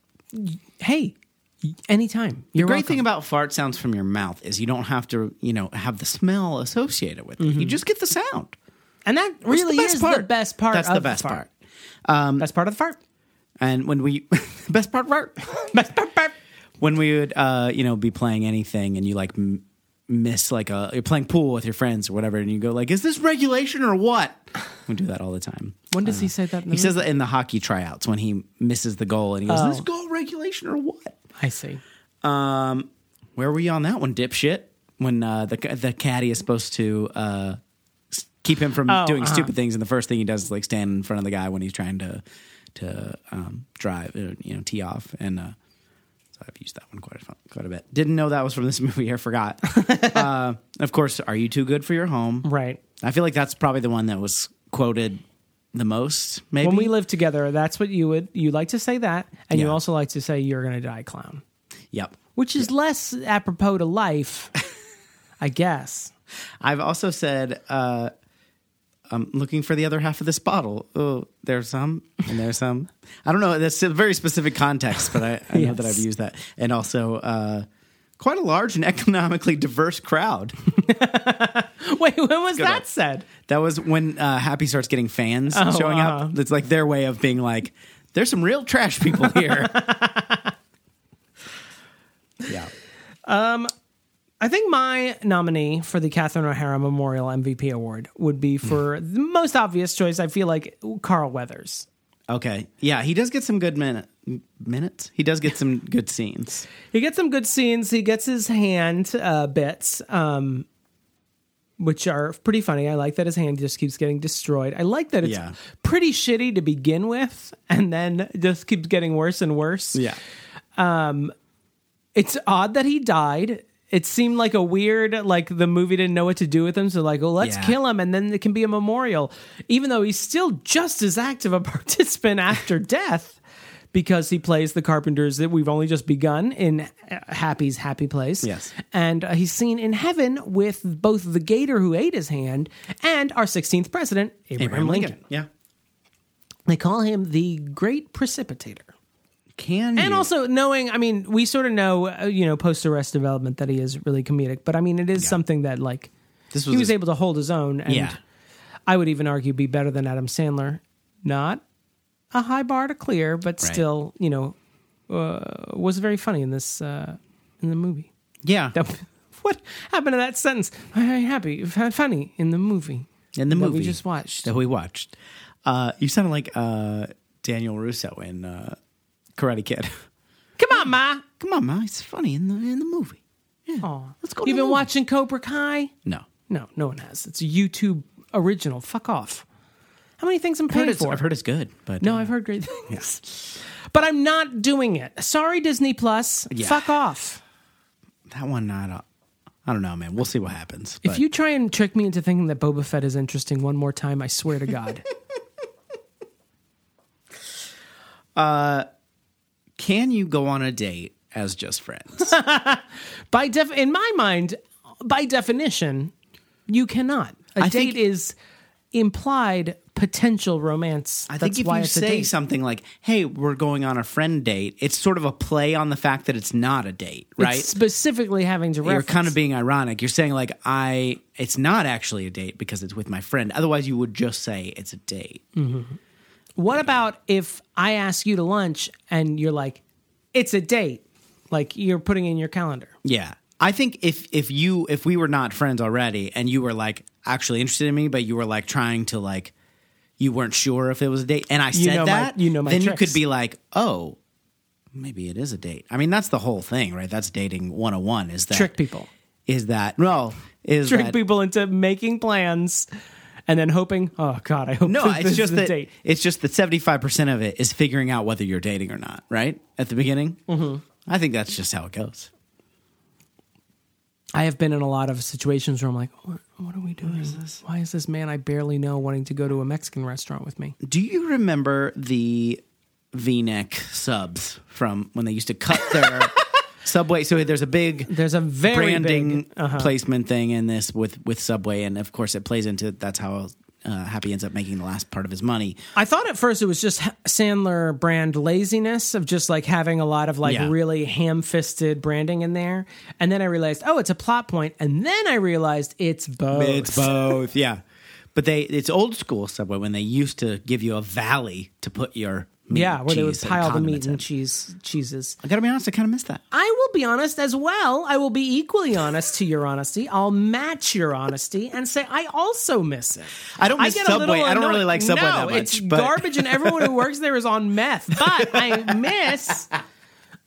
[SPEAKER 2] hey, y- anytime. You're
[SPEAKER 1] The great
[SPEAKER 2] welcome.
[SPEAKER 1] thing about fart sounds from your mouth is you don't have to you know have the smell associated with
[SPEAKER 2] Mm-hmm.
[SPEAKER 1] it. You just get the sound.
[SPEAKER 2] and that
[SPEAKER 1] It's the
[SPEAKER 2] really
[SPEAKER 1] best
[SPEAKER 2] is
[SPEAKER 1] part.
[SPEAKER 2] the best part.
[SPEAKER 1] That's
[SPEAKER 2] of
[SPEAKER 1] the best
[SPEAKER 2] fart.
[SPEAKER 1] part. Um,
[SPEAKER 2] Best part of the fart.
[SPEAKER 1] And when we best part fart.
[SPEAKER 2] Best part. part.
[SPEAKER 1] when we would uh you know be playing anything and you like m- miss like a you're playing pool with your friends or whatever and you go like is this regulation or what we do that all the time
[SPEAKER 2] When does he say that? In the
[SPEAKER 1] Uh, he says that in the hockey tryouts when he misses the goal and he goes
[SPEAKER 2] Oh.
[SPEAKER 1] is this goal regulation or what
[SPEAKER 2] movie? I see.
[SPEAKER 1] um where were you on that one dipshit when uh the the caddy is supposed to uh s- keep him from
[SPEAKER 2] Oh,
[SPEAKER 1] doing
[SPEAKER 2] uh-huh.
[SPEAKER 1] stupid things and the first thing he does is like stand in front of the guy when he's trying to to um drive uh, you know tee off and uh so I've used that one quite a, quite a bit. Didn't know that was from this movie. I forgot. uh, of course, are you too good for your home?
[SPEAKER 2] Right.
[SPEAKER 1] I feel like that's probably the one that was quoted the most. Maybe
[SPEAKER 2] When we lived together, that's what you would you like to say that, and you
[SPEAKER 1] Yeah.
[SPEAKER 2] also like to say you're going to die, clown,
[SPEAKER 1] Yep.
[SPEAKER 2] which is less apropos to life, I guess.
[SPEAKER 1] I've also said, uh, I'm looking for the other half of this bottle. Oh, there's some and there's some. I don't know. That's a very specific context, but I, I know that I've
[SPEAKER 2] Yes.
[SPEAKER 1] used that. And also, uh, quite a large and economically diverse crowd.
[SPEAKER 2] Wait, when was that
[SPEAKER 1] up.
[SPEAKER 2] said?
[SPEAKER 1] That was when uh, Happy starts getting fans showing
[SPEAKER 2] uh-huh.
[SPEAKER 1] up. It's like their way of being like, there's some real trash people here. yeah.
[SPEAKER 2] I think my nominee for the Catherine O'Hara Memorial MVP Award would be for the most obvious choice. I feel like Carl Weathers.
[SPEAKER 1] Okay. Yeah, he does get some good minute, minutes. He does get some good scenes.
[SPEAKER 2] He gets some good scenes. He gets his hand uh, bits, um, which are pretty funny. I like that his hand just keeps getting destroyed. I like that it's
[SPEAKER 1] Yeah.
[SPEAKER 2] pretty shitty to begin with, and then just keeps getting worse and worse.
[SPEAKER 1] Yeah.
[SPEAKER 2] it's odd that he died. It seemed like a weird, like the movie didn't know what to do with him. So, like, well, let's
[SPEAKER 1] Yeah.
[SPEAKER 2] kill him and then it can be a memorial, even though he's still just as active a participant after death because he plays the carpenters that we've only just begun in uh, Happy's Happy Place.
[SPEAKER 1] Yes.
[SPEAKER 2] And uh, he's seen in heaven with both the gator who ate his hand and our 16th president, Abraham,
[SPEAKER 1] Abraham
[SPEAKER 2] Lincoln.
[SPEAKER 1] Lincoln. Yeah.
[SPEAKER 2] They call him the Great Precipitator.
[SPEAKER 1] Can
[SPEAKER 2] And
[SPEAKER 1] you?
[SPEAKER 2] also knowing, I mean, we sort of know, uh, you know, post arrest development that he is really comedic, but I mean, it is something that like
[SPEAKER 1] This
[SPEAKER 2] he
[SPEAKER 1] was
[SPEAKER 2] was
[SPEAKER 1] his-
[SPEAKER 2] able to hold his own, and
[SPEAKER 1] Yeah.
[SPEAKER 2] I would even argue be better than Adam Sandler. Not a high bar to clear, but still, you know, uh, was very funny in this uh, in the movie.
[SPEAKER 1] yeah
[SPEAKER 2] That, what happened to that sentence? Very happy, f- funny in the movie.
[SPEAKER 1] in the
[SPEAKER 2] that
[SPEAKER 1] movie
[SPEAKER 2] we just watched.
[SPEAKER 1] that we watched. Uh, you sounded like uh, Daniel Russo in uh, Karate Kid.
[SPEAKER 2] Come on, ma.
[SPEAKER 1] Come on, ma, it's funny in the in the movie. Yeah, let's go. to
[SPEAKER 2] You've
[SPEAKER 1] the movie.
[SPEAKER 2] been watching Cobra Kai.
[SPEAKER 1] No,
[SPEAKER 2] No, no one has. It's a YouTube original. Fuck off. How many things I'm
[SPEAKER 1] I've heard,
[SPEAKER 2] paying
[SPEAKER 1] it's,
[SPEAKER 2] for?
[SPEAKER 1] I've heard it's good, but
[SPEAKER 2] no, I've heard great things. But I'm not doing it. Sorry, Disney Plus.
[SPEAKER 1] Yeah.
[SPEAKER 2] Fuck off.
[SPEAKER 1] that one I don't. I don't know, man. We'll see what happens. But
[SPEAKER 2] If you try and trick me into thinking that Boba Fett is interesting one more time, I swear to God.
[SPEAKER 1] can you go on a date as just friends?
[SPEAKER 2] by def- in my mind, by definition, you cannot. A
[SPEAKER 1] I
[SPEAKER 2] date
[SPEAKER 1] think-
[SPEAKER 2] is implied potential romance.
[SPEAKER 1] I think
[SPEAKER 2] That's
[SPEAKER 1] if
[SPEAKER 2] why
[SPEAKER 1] you
[SPEAKER 2] it's a
[SPEAKER 1] say
[SPEAKER 2] date.
[SPEAKER 1] something like, "Hey, we're going on a friend date," it's sort of a play on the fact that it's not a date, right?
[SPEAKER 2] It's specifically having to
[SPEAKER 1] you're
[SPEAKER 2] reference.
[SPEAKER 1] kind of being ironic. You're saying like I it's not actually a date because it's with my friend. Otherwise, you would just say it's a date.
[SPEAKER 2] What about if I ask you to lunch and you're like, it's a date? Like you're putting in your calendar.
[SPEAKER 1] Yeah. I think if if you if we were not friends already and you were like actually interested in me, but you were like trying to like you weren't sure if it was a date, and I said
[SPEAKER 2] know my-
[SPEAKER 1] that,
[SPEAKER 2] you know my
[SPEAKER 1] then you
[SPEAKER 2] tricks.
[SPEAKER 1] could be like, oh, maybe it is a date. I mean, that's the whole thing, right? That's dating 101 is that
[SPEAKER 2] Trick people.
[SPEAKER 1] Is that no? Is
[SPEAKER 2] Trick
[SPEAKER 1] that,
[SPEAKER 2] people into making plans and then hoping, oh God, I hope
[SPEAKER 1] No,
[SPEAKER 2] this
[SPEAKER 1] it's
[SPEAKER 2] is
[SPEAKER 1] just
[SPEAKER 2] the
[SPEAKER 1] that
[SPEAKER 2] date.
[SPEAKER 1] it's just that seventy five percent of it is figuring out whether you're dating or not. Right at the beginning, mm-hmm. I think that's just how it goes.
[SPEAKER 2] I have been in a lot of situations where I'm like, what, what are we doing? Why is this man I barely know wanting to go to a Mexican restaurant with me?
[SPEAKER 1] Do you remember the V neck subs from when they used to cut their subway? So there's a big
[SPEAKER 2] There's a very
[SPEAKER 1] branding
[SPEAKER 2] big, uh-huh.
[SPEAKER 1] placement thing in this with with Subway, and of course it plays into that's how. Uh, Happy ends up making the last part of his money.
[SPEAKER 2] I thought at first it was just Ha- Sandler brand laziness of just like having a lot of like
[SPEAKER 1] Yeah.
[SPEAKER 2] really ham fisted branding in there. And then I realized, oh, it's a plot point. And then I realized it's both.
[SPEAKER 1] It's both, yeah. But they it's old school Subway when they used to give you a valley to put your meat,
[SPEAKER 2] yeah, where they would
[SPEAKER 1] cheese, and
[SPEAKER 2] pile the meat
[SPEAKER 1] condiments in.
[SPEAKER 2] and cheese cheeses.
[SPEAKER 1] I gotta be honest, I kind of missed that.
[SPEAKER 2] I will be honest as well. I will be equally honest to your honesty. I'll match your honesty and say I also miss it.
[SPEAKER 1] I don't miss
[SPEAKER 2] get a
[SPEAKER 1] Subway.
[SPEAKER 2] little
[SPEAKER 1] I don't really
[SPEAKER 2] annoyed-
[SPEAKER 1] like Subway
[SPEAKER 2] no,
[SPEAKER 1] that much,
[SPEAKER 2] It's
[SPEAKER 1] but-
[SPEAKER 2] garbage, and everyone who works there is on meth. But I miss.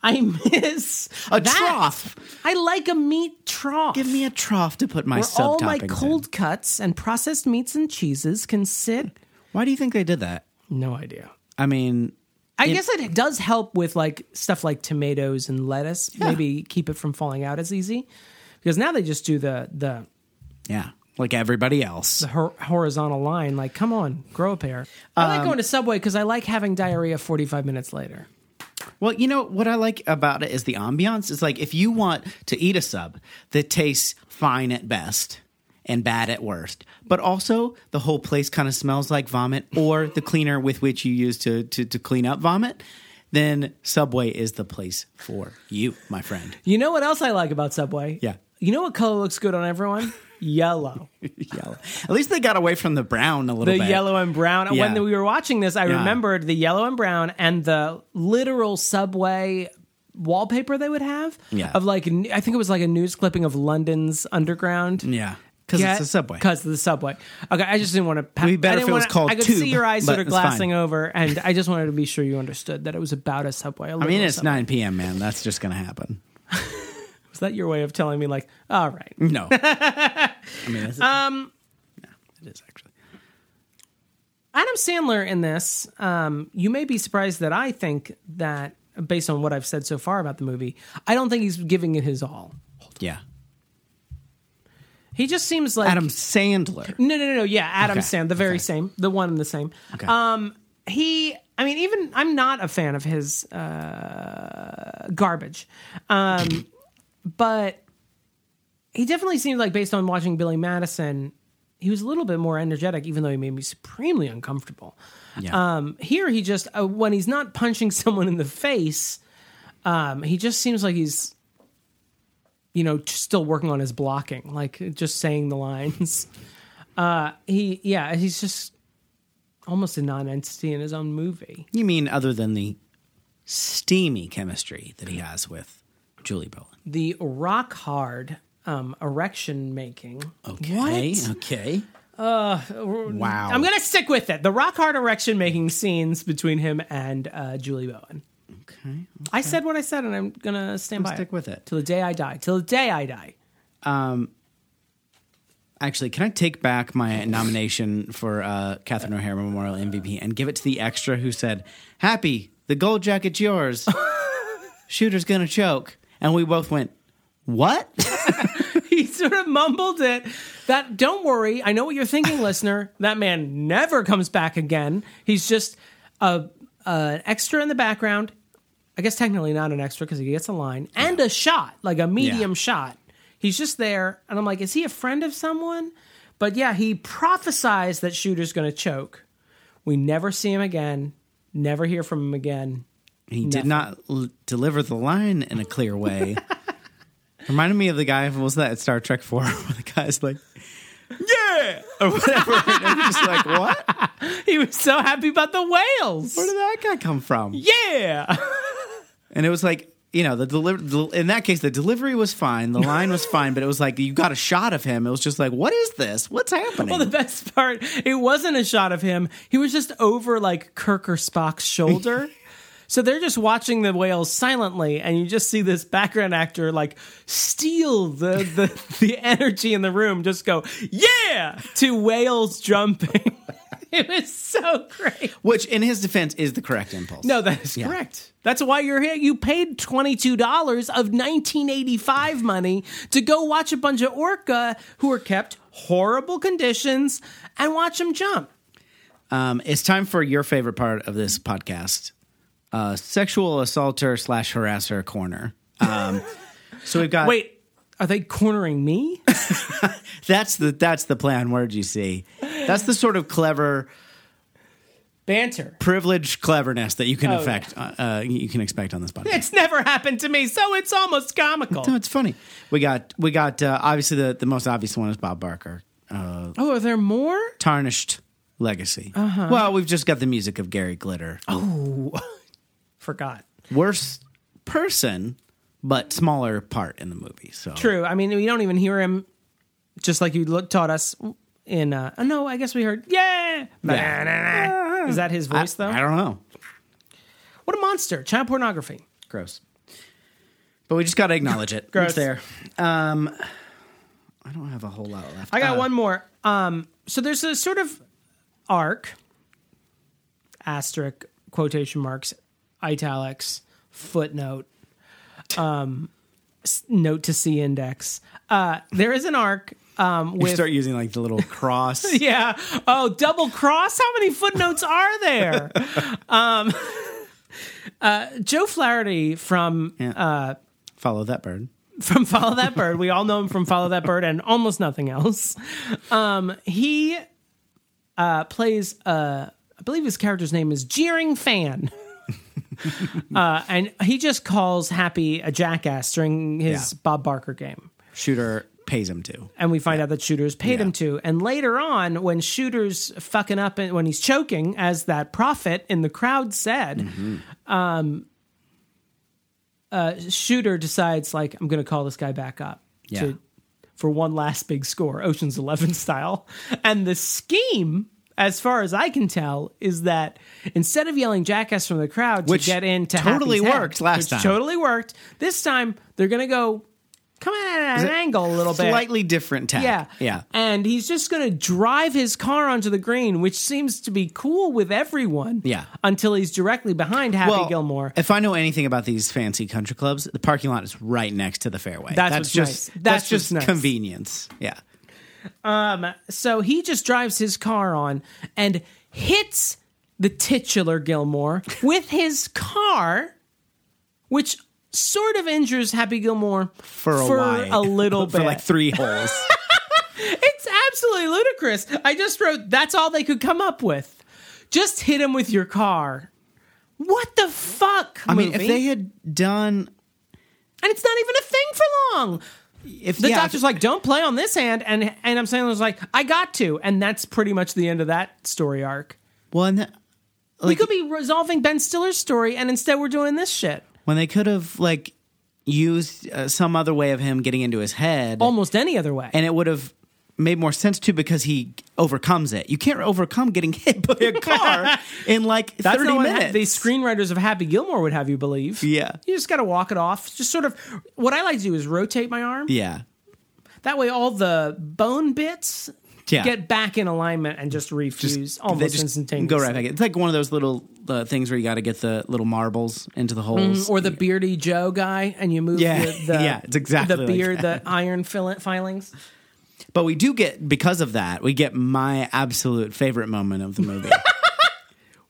[SPEAKER 2] I miss
[SPEAKER 1] A
[SPEAKER 2] that.
[SPEAKER 1] trough.
[SPEAKER 2] I like a meat trough.
[SPEAKER 1] Give me a trough to put my
[SPEAKER 2] where
[SPEAKER 1] sub
[SPEAKER 2] all my
[SPEAKER 1] toppings in.
[SPEAKER 2] cold cuts and processed meats and cheeses can sit.
[SPEAKER 1] Why do you think they did that?
[SPEAKER 2] No idea.
[SPEAKER 1] I mean,
[SPEAKER 2] I guess it does help with like stuff like tomatoes and lettuce. Maybe keep it from falling out as easy, because now they just do the the,
[SPEAKER 1] yeah, like everybody else.
[SPEAKER 2] the hor- horizontal line. Like, come on, grow a pair. I like going to Subway because I like having diarrhea forty five minutes later.
[SPEAKER 1] Well, you know what I like about it is the ambiance. It's like if you want to eat a sub that tastes fine at best and bad at worst, but also the whole place kind of smells like vomit or the cleaner with which you use to, to to clean up vomit, then Subway is the place for you, my friend.
[SPEAKER 2] You know what else I like about Subway?
[SPEAKER 1] Yeah.
[SPEAKER 2] You know what color looks good on everyone? yellow.
[SPEAKER 1] yellow. At least they got away from the brown a little
[SPEAKER 2] The
[SPEAKER 1] bit.
[SPEAKER 2] yellow and brown.
[SPEAKER 1] Yeah.
[SPEAKER 2] When we were watching this, I
[SPEAKER 1] Yeah.
[SPEAKER 2] remembered the yellow and brown and the literal subway wallpaper they would have
[SPEAKER 1] Yeah.
[SPEAKER 2] of like n- I think it was like a news clipping of London's underground.
[SPEAKER 1] Yeah. Because Mm. it's a subway.
[SPEAKER 2] Because of the subway. Okay, I just didn't want to. Pa-
[SPEAKER 1] It'd be better
[SPEAKER 2] I
[SPEAKER 1] if
[SPEAKER 2] didn't
[SPEAKER 1] it was
[SPEAKER 2] wanna-
[SPEAKER 1] called
[SPEAKER 2] I could
[SPEAKER 1] Tube,
[SPEAKER 2] see your eyes sort
[SPEAKER 1] but
[SPEAKER 2] of
[SPEAKER 1] it's fine.
[SPEAKER 2] glassing over, and I just wanted to be sure you understood that it was about a subway. I
[SPEAKER 1] I mean, it's 9 p.m., man. That's just going to happen.
[SPEAKER 2] Is that your way of telling me, like, all right?
[SPEAKER 1] No. I mean, it's, um, no, it is actually.
[SPEAKER 2] Adam Sandler in this, um, you may be surprised that I think that based on what I've said so far about the movie, I don't think he's giving it his all.
[SPEAKER 1] Yeah.
[SPEAKER 2] He just seems like
[SPEAKER 1] Adam Sandler.
[SPEAKER 2] No, no, no, no. Yeah, Adam
[SPEAKER 1] Okay,
[SPEAKER 2] Sand, the very
[SPEAKER 1] okay.
[SPEAKER 2] same, the one and the same. Um,
[SPEAKER 1] Okay.
[SPEAKER 2] He, I mean, even I'm not a fan of his uh, garbage, um, but he definitely seemed like, based on watching Billy Madison, he was a little bit more energetic, even though he made me supremely uncomfortable.
[SPEAKER 1] yeah.
[SPEAKER 2] Um, here, he just uh, when he's not punching someone in the face, um, he just seems like he's, you know, still working on his blocking, like just saying the lines. Uh, he, yeah, he's just almost a non-entity in his own movie.
[SPEAKER 1] you mean other than the steamy chemistry that he has with Julie Bowen?
[SPEAKER 2] The rock hard um, erection making.
[SPEAKER 1] Okay. Okay. Uh, wow.
[SPEAKER 2] I'm gonna stick with it. The rock hard erection making scenes between him and uh, Julie Bowen.
[SPEAKER 1] Okay.
[SPEAKER 2] I said what I said, and I'm gonna stand by
[SPEAKER 1] Stick
[SPEAKER 2] it.
[SPEAKER 1] with it.
[SPEAKER 2] till the day I die. Till the day I die.
[SPEAKER 1] Actually, can I take back my nomination for uh, Catherine O'Hara Memorial MVP and give it to the extra who said, "Happy, the gold jacket's yours. Shooter's gonna choke," and we both went, "What?"
[SPEAKER 2] He sort of mumbled it. That don't worry, I know what you're thinking, listener. That man never comes back again. He's just a, a an extra in the background. I guess technically not an extra because he gets a line and a shot, like a medium
[SPEAKER 1] Yeah.
[SPEAKER 2] shot. He's just there, and I'm like, is he a friend of someone? But yeah, he prophesies that Shooter's going to choke. We never see him again. Never hear from him again.
[SPEAKER 1] He did not l- deliver the line in a clear way. Reminded me of the guy from what was that Star Trek Four? Where the guy's like, "Yeah," or whatever. and I'm just like, "What? Where
[SPEAKER 2] He was so happy about the whales.
[SPEAKER 1] did that guy come from?"
[SPEAKER 2] Yeah.
[SPEAKER 1] And it was like, you know, the deliver. The, in that case, the delivery was fine, the line was fine, but it was like you got a shot of him. It was just like, "What is this? What's happening?"
[SPEAKER 2] Well, the best part, it wasn't a shot of him. He was just over like Kirk or Spock's shoulder. so they're just watching the whales silently, and you just see this background actor like steal the the, the energy in the room, just go, yeah, to whales jumping. it was so great.
[SPEAKER 1] Which, in his defense, is the correct impulse.
[SPEAKER 2] No, that is correct. That's why you're here. You paid twenty two dollars of nineteen eighty five money to go watch a bunch of orca who are kept horrible conditions and watch them jump.
[SPEAKER 1] Um, it's time for your favorite part of this podcast uh, sexual assaulter slash harasser corner. Um, so we've got
[SPEAKER 2] Wait, are they cornering me?
[SPEAKER 1] That's the that's the play on word you see. That's the sort of clever
[SPEAKER 2] Banter.
[SPEAKER 1] privileged cleverness that you can
[SPEAKER 2] Oh,
[SPEAKER 1] affect uh, uh, you can expect on this podcast.
[SPEAKER 2] It's never happened to me, so it's almost comical.
[SPEAKER 1] No, it's funny. We got we got uh, obviously the the most obvious one is Bob Barker, uh,
[SPEAKER 2] Oh, are there more?
[SPEAKER 1] tarnished legacy.
[SPEAKER 2] Uh-huh.
[SPEAKER 1] Well, we've just got the music of Gary Glitter,
[SPEAKER 2] Oh. Forgot.
[SPEAKER 1] worse person, but smaller part in the movie. So
[SPEAKER 2] True. I mean, we don't even hear him, just like you look, taught us in. Uh, oh no, I guess we heard. Yeah.
[SPEAKER 1] Yeah.
[SPEAKER 2] Is that his
[SPEAKER 1] I,
[SPEAKER 2] voice though?
[SPEAKER 1] I don't know.
[SPEAKER 2] what a monster! Child pornography.
[SPEAKER 1] Gross. But we just got to acknowledge it.
[SPEAKER 2] Gross.
[SPEAKER 1] It's there. Um, I don't have a whole lot left.
[SPEAKER 2] I got one more. Um, so there's a sort of arc, asterisk, quotation marks, italics, footnote, um, s- note to see index. Uh, there is an arc um,
[SPEAKER 1] You
[SPEAKER 2] with.
[SPEAKER 1] start using like the little cross.
[SPEAKER 2] yeah. Oh, double cross? How many footnotes are there? um, uh, Joe Flaherty from
[SPEAKER 1] Yeah.
[SPEAKER 2] Uh,
[SPEAKER 1] Follow that bird.
[SPEAKER 2] from Follow That Bird. We all know him from Follow That Bird and almost nothing else. Um, he uh, plays, uh, I believe his character's name is Jeering Fan. uh, and he just calls Happy a jackass during his
[SPEAKER 1] Yeah.
[SPEAKER 2] Bob Barker game.
[SPEAKER 1] Shooter pays him to.
[SPEAKER 2] And we find out that Shooters paid him
[SPEAKER 1] Yeah.
[SPEAKER 2] to. And later on, when Shooters fucking up and when he's choking, as that prophet in the crowd said,
[SPEAKER 1] Mm-hmm.
[SPEAKER 2] um, uh, Shooter decides, like, I'm going to call this guy back up
[SPEAKER 1] Yeah.
[SPEAKER 2] to, for one last big score, Ocean's Eleven style. And the scheme, as far as I can tell, is that instead of yelling jackass from the crowd
[SPEAKER 1] Which
[SPEAKER 2] to get into
[SPEAKER 1] totally
[SPEAKER 2] Happy's head,
[SPEAKER 1] worked last
[SPEAKER 2] which
[SPEAKER 1] time.
[SPEAKER 2] totally worked, this time they're going to go come at it at an angle a little bit.
[SPEAKER 1] Slightly different tack.
[SPEAKER 2] Yeah.
[SPEAKER 1] Yeah.
[SPEAKER 2] And he's just going to drive his car onto the green, which seems to be cool with everyone.
[SPEAKER 1] Yeah.
[SPEAKER 2] Until he's directly behind Happy Gilmore.
[SPEAKER 1] If I know anything about these fancy country clubs, the parking lot is right next to the fairway.
[SPEAKER 2] That's what's
[SPEAKER 1] just
[SPEAKER 2] nice. That's what's
[SPEAKER 1] just
[SPEAKER 2] nice.
[SPEAKER 1] convenience. Yeah.
[SPEAKER 2] So he just drives his car on and hits the titular Gilmore with his car, which sort of injures Happy Gilmore
[SPEAKER 1] For a while.
[SPEAKER 2] a little bit.
[SPEAKER 1] For like three holes.
[SPEAKER 2] It's absolutely ludicrous. I just wrote that's all they could come up with. Just hit him with your car. What the fuck?
[SPEAKER 1] I mean, if
[SPEAKER 2] movie?
[SPEAKER 1] they had done
[SPEAKER 2] and it's not even a thing for long.
[SPEAKER 1] if
[SPEAKER 2] The
[SPEAKER 1] yeah,
[SPEAKER 2] doctor's like, "Don't play on this hand," and and I'm saying, "Was like, I got to," and that's pretty much the end of that story arc.
[SPEAKER 1] one
[SPEAKER 2] we could be resolving Ben Stiller's story, and instead we're doing this shit.
[SPEAKER 1] when they could have like used uh, some other way of him getting into his head
[SPEAKER 2] Almost any other way.
[SPEAKER 1] and it would have made more sense too because he overcomes it. You can't overcome getting hit by a car in like
[SPEAKER 2] That's
[SPEAKER 1] thirty
[SPEAKER 2] not what ha-
[SPEAKER 1] minutes.
[SPEAKER 2] the screenwriters of Happy Gilmore would have you believe.
[SPEAKER 1] Yeah.
[SPEAKER 2] you just got to walk it off. Just sort of what I like to do is rotate my arm.
[SPEAKER 1] yeah,
[SPEAKER 2] That way, all the bone bits
[SPEAKER 1] Yeah.
[SPEAKER 2] get back in alignment and just refuse
[SPEAKER 1] They
[SPEAKER 2] almost
[SPEAKER 1] just
[SPEAKER 2] instantaneously.
[SPEAKER 1] Go right back. in. It's like one of those little uh, things where you got to get the little marbles into the holes.
[SPEAKER 2] Mm, Or the beardy Joe guy, and you move
[SPEAKER 1] Yeah.
[SPEAKER 2] the, the
[SPEAKER 1] Yeah, it's exactly
[SPEAKER 2] the
[SPEAKER 1] like
[SPEAKER 2] beard, the iron fillet filings.
[SPEAKER 1] But we do get because of that, we get my absolute favorite moment of the movie,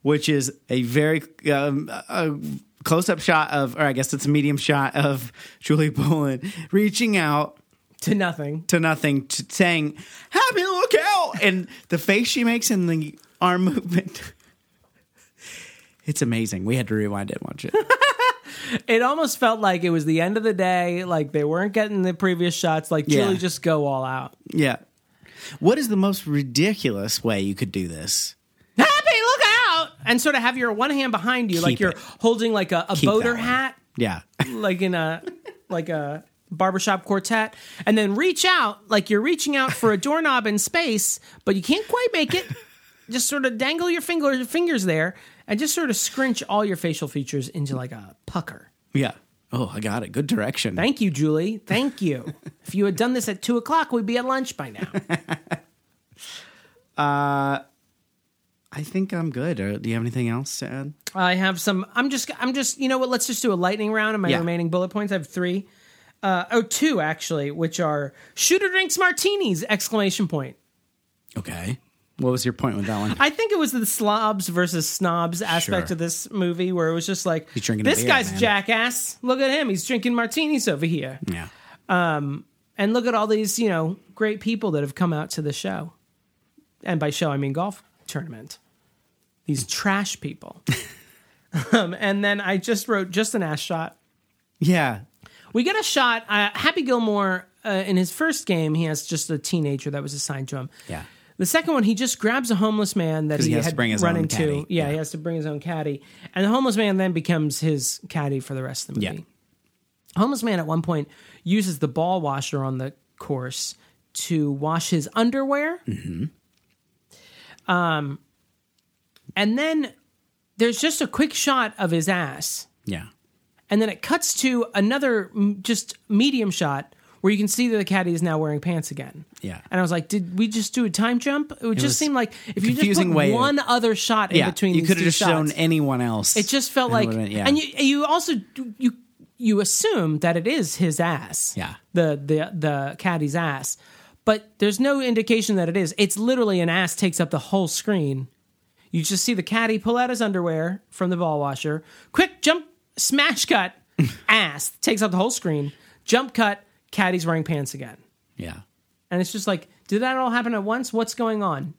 [SPEAKER 1] which is a very um, a close-up shot of, or I guess it's a medium shot of Julie Boland reaching out
[SPEAKER 2] To nothing.
[SPEAKER 1] to nothing, to saying "Happy look out," and the face she makes and the arm movement. It's amazing. We had to rewind it and watch it.
[SPEAKER 2] It almost felt like it was the end of the day. Like they weren't getting the previous shots. Like
[SPEAKER 1] Yeah.
[SPEAKER 2] Julie, just go all out.
[SPEAKER 1] Yeah. What is the most ridiculous way you could do this?
[SPEAKER 2] Happy, look out! And sort of have your one hand behind you, like
[SPEAKER 1] Keep
[SPEAKER 2] you're
[SPEAKER 1] it.
[SPEAKER 2] holding like a, a
[SPEAKER 1] that
[SPEAKER 2] boater
[SPEAKER 1] one.
[SPEAKER 2] hat.
[SPEAKER 1] Yeah.
[SPEAKER 2] like in a like a barbershop quartet and then reach out like you're reaching out for a doorknob in space but you can't quite make it just sort of dangle your finger, fingers there and just sort of scrunch all your facial features into like a pucker
[SPEAKER 1] Yeah. Oh, I got it. Good direction.
[SPEAKER 2] thank you julie thank you if you had done this at two o'clock we'd be at lunch by now
[SPEAKER 1] I think I'm good. Uh, do you have anything else to add?
[SPEAKER 2] I have some. I'm just. I'm just. You know what? Let's just do a lightning round of my
[SPEAKER 1] Yeah.
[SPEAKER 2] remaining bullet points. I have three. Uh, oh, two actually, which are shooter drinks martinis! Exclamation point.
[SPEAKER 1] Okay. What was your point with that one?
[SPEAKER 2] I think it was the slobs versus snobs aspect
[SPEAKER 1] Sure.
[SPEAKER 2] of this movie, where it was just like,
[SPEAKER 1] He's drinking a
[SPEAKER 2] this
[SPEAKER 1] beer,
[SPEAKER 2] guy's
[SPEAKER 1] man."
[SPEAKER 2] jackass. Look at him. He's drinking martinis over here,
[SPEAKER 1] yeah.
[SPEAKER 2] and look at all these you know great people that have come out to the show, and by show I mean golf tournament. These trash people. um, and then I just wrote just an ass shot.
[SPEAKER 1] Yeah.
[SPEAKER 2] We get a shot. Uh, Happy Gilmore uh, in his first game, he has just a teenager that was assigned to him.
[SPEAKER 1] Yeah.
[SPEAKER 2] The second one, he just grabs a homeless man that
[SPEAKER 1] 'Cause
[SPEAKER 2] he,
[SPEAKER 1] he has
[SPEAKER 2] had
[SPEAKER 1] to bring his
[SPEAKER 2] run
[SPEAKER 1] own
[SPEAKER 2] into.
[SPEAKER 1] caddy.
[SPEAKER 2] Yeah,
[SPEAKER 1] Yeah.
[SPEAKER 2] he has to bring his own caddy, and the homeless man then becomes his caddy for the rest of the
[SPEAKER 1] Yeah.
[SPEAKER 2] movie. Homeless man at one point uses the ball washer on the course to wash his underwear. Um,
[SPEAKER 1] Mm-hmm.
[SPEAKER 2] and then there's just a quick shot of his ass
[SPEAKER 1] Yeah.
[SPEAKER 2] and then it cuts to another mm, just medium shot where you can see that the caddy is now wearing pants again.
[SPEAKER 1] Yeah.
[SPEAKER 2] And I was like, did we just do a time jump? It would
[SPEAKER 1] was
[SPEAKER 2] just seem like if you just
[SPEAKER 1] confusing
[SPEAKER 2] put
[SPEAKER 1] way of-
[SPEAKER 2] one other shot in
[SPEAKER 1] Yeah.
[SPEAKER 2] between
[SPEAKER 1] you
[SPEAKER 2] these
[SPEAKER 1] could
[SPEAKER 2] two
[SPEAKER 1] have just
[SPEAKER 2] shots,
[SPEAKER 1] shown anyone else.
[SPEAKER 2] it just
[SPEAKER 1] And
[SPEAKER 2] felt like,
[SPEAKER 1] would've been- yeah.
[SPEAKER 2] and you you also you you assume that it is his ass.
[SPEAKER 1] Yeah.
[SPEAKER 2] The the the caddy's ass, but there's no indication that it is. It's literally an ass takes up the whole screen. You just see the caddy pull out his underwear from the ball washer. Quick jump, smash cut, ass takes up the whole screen. Jump cut, caddy's wearing pants again,
[SPEAKER 1] yeah.
[SPEAKER 2] and it's just like, did that all happen at once? What's going on?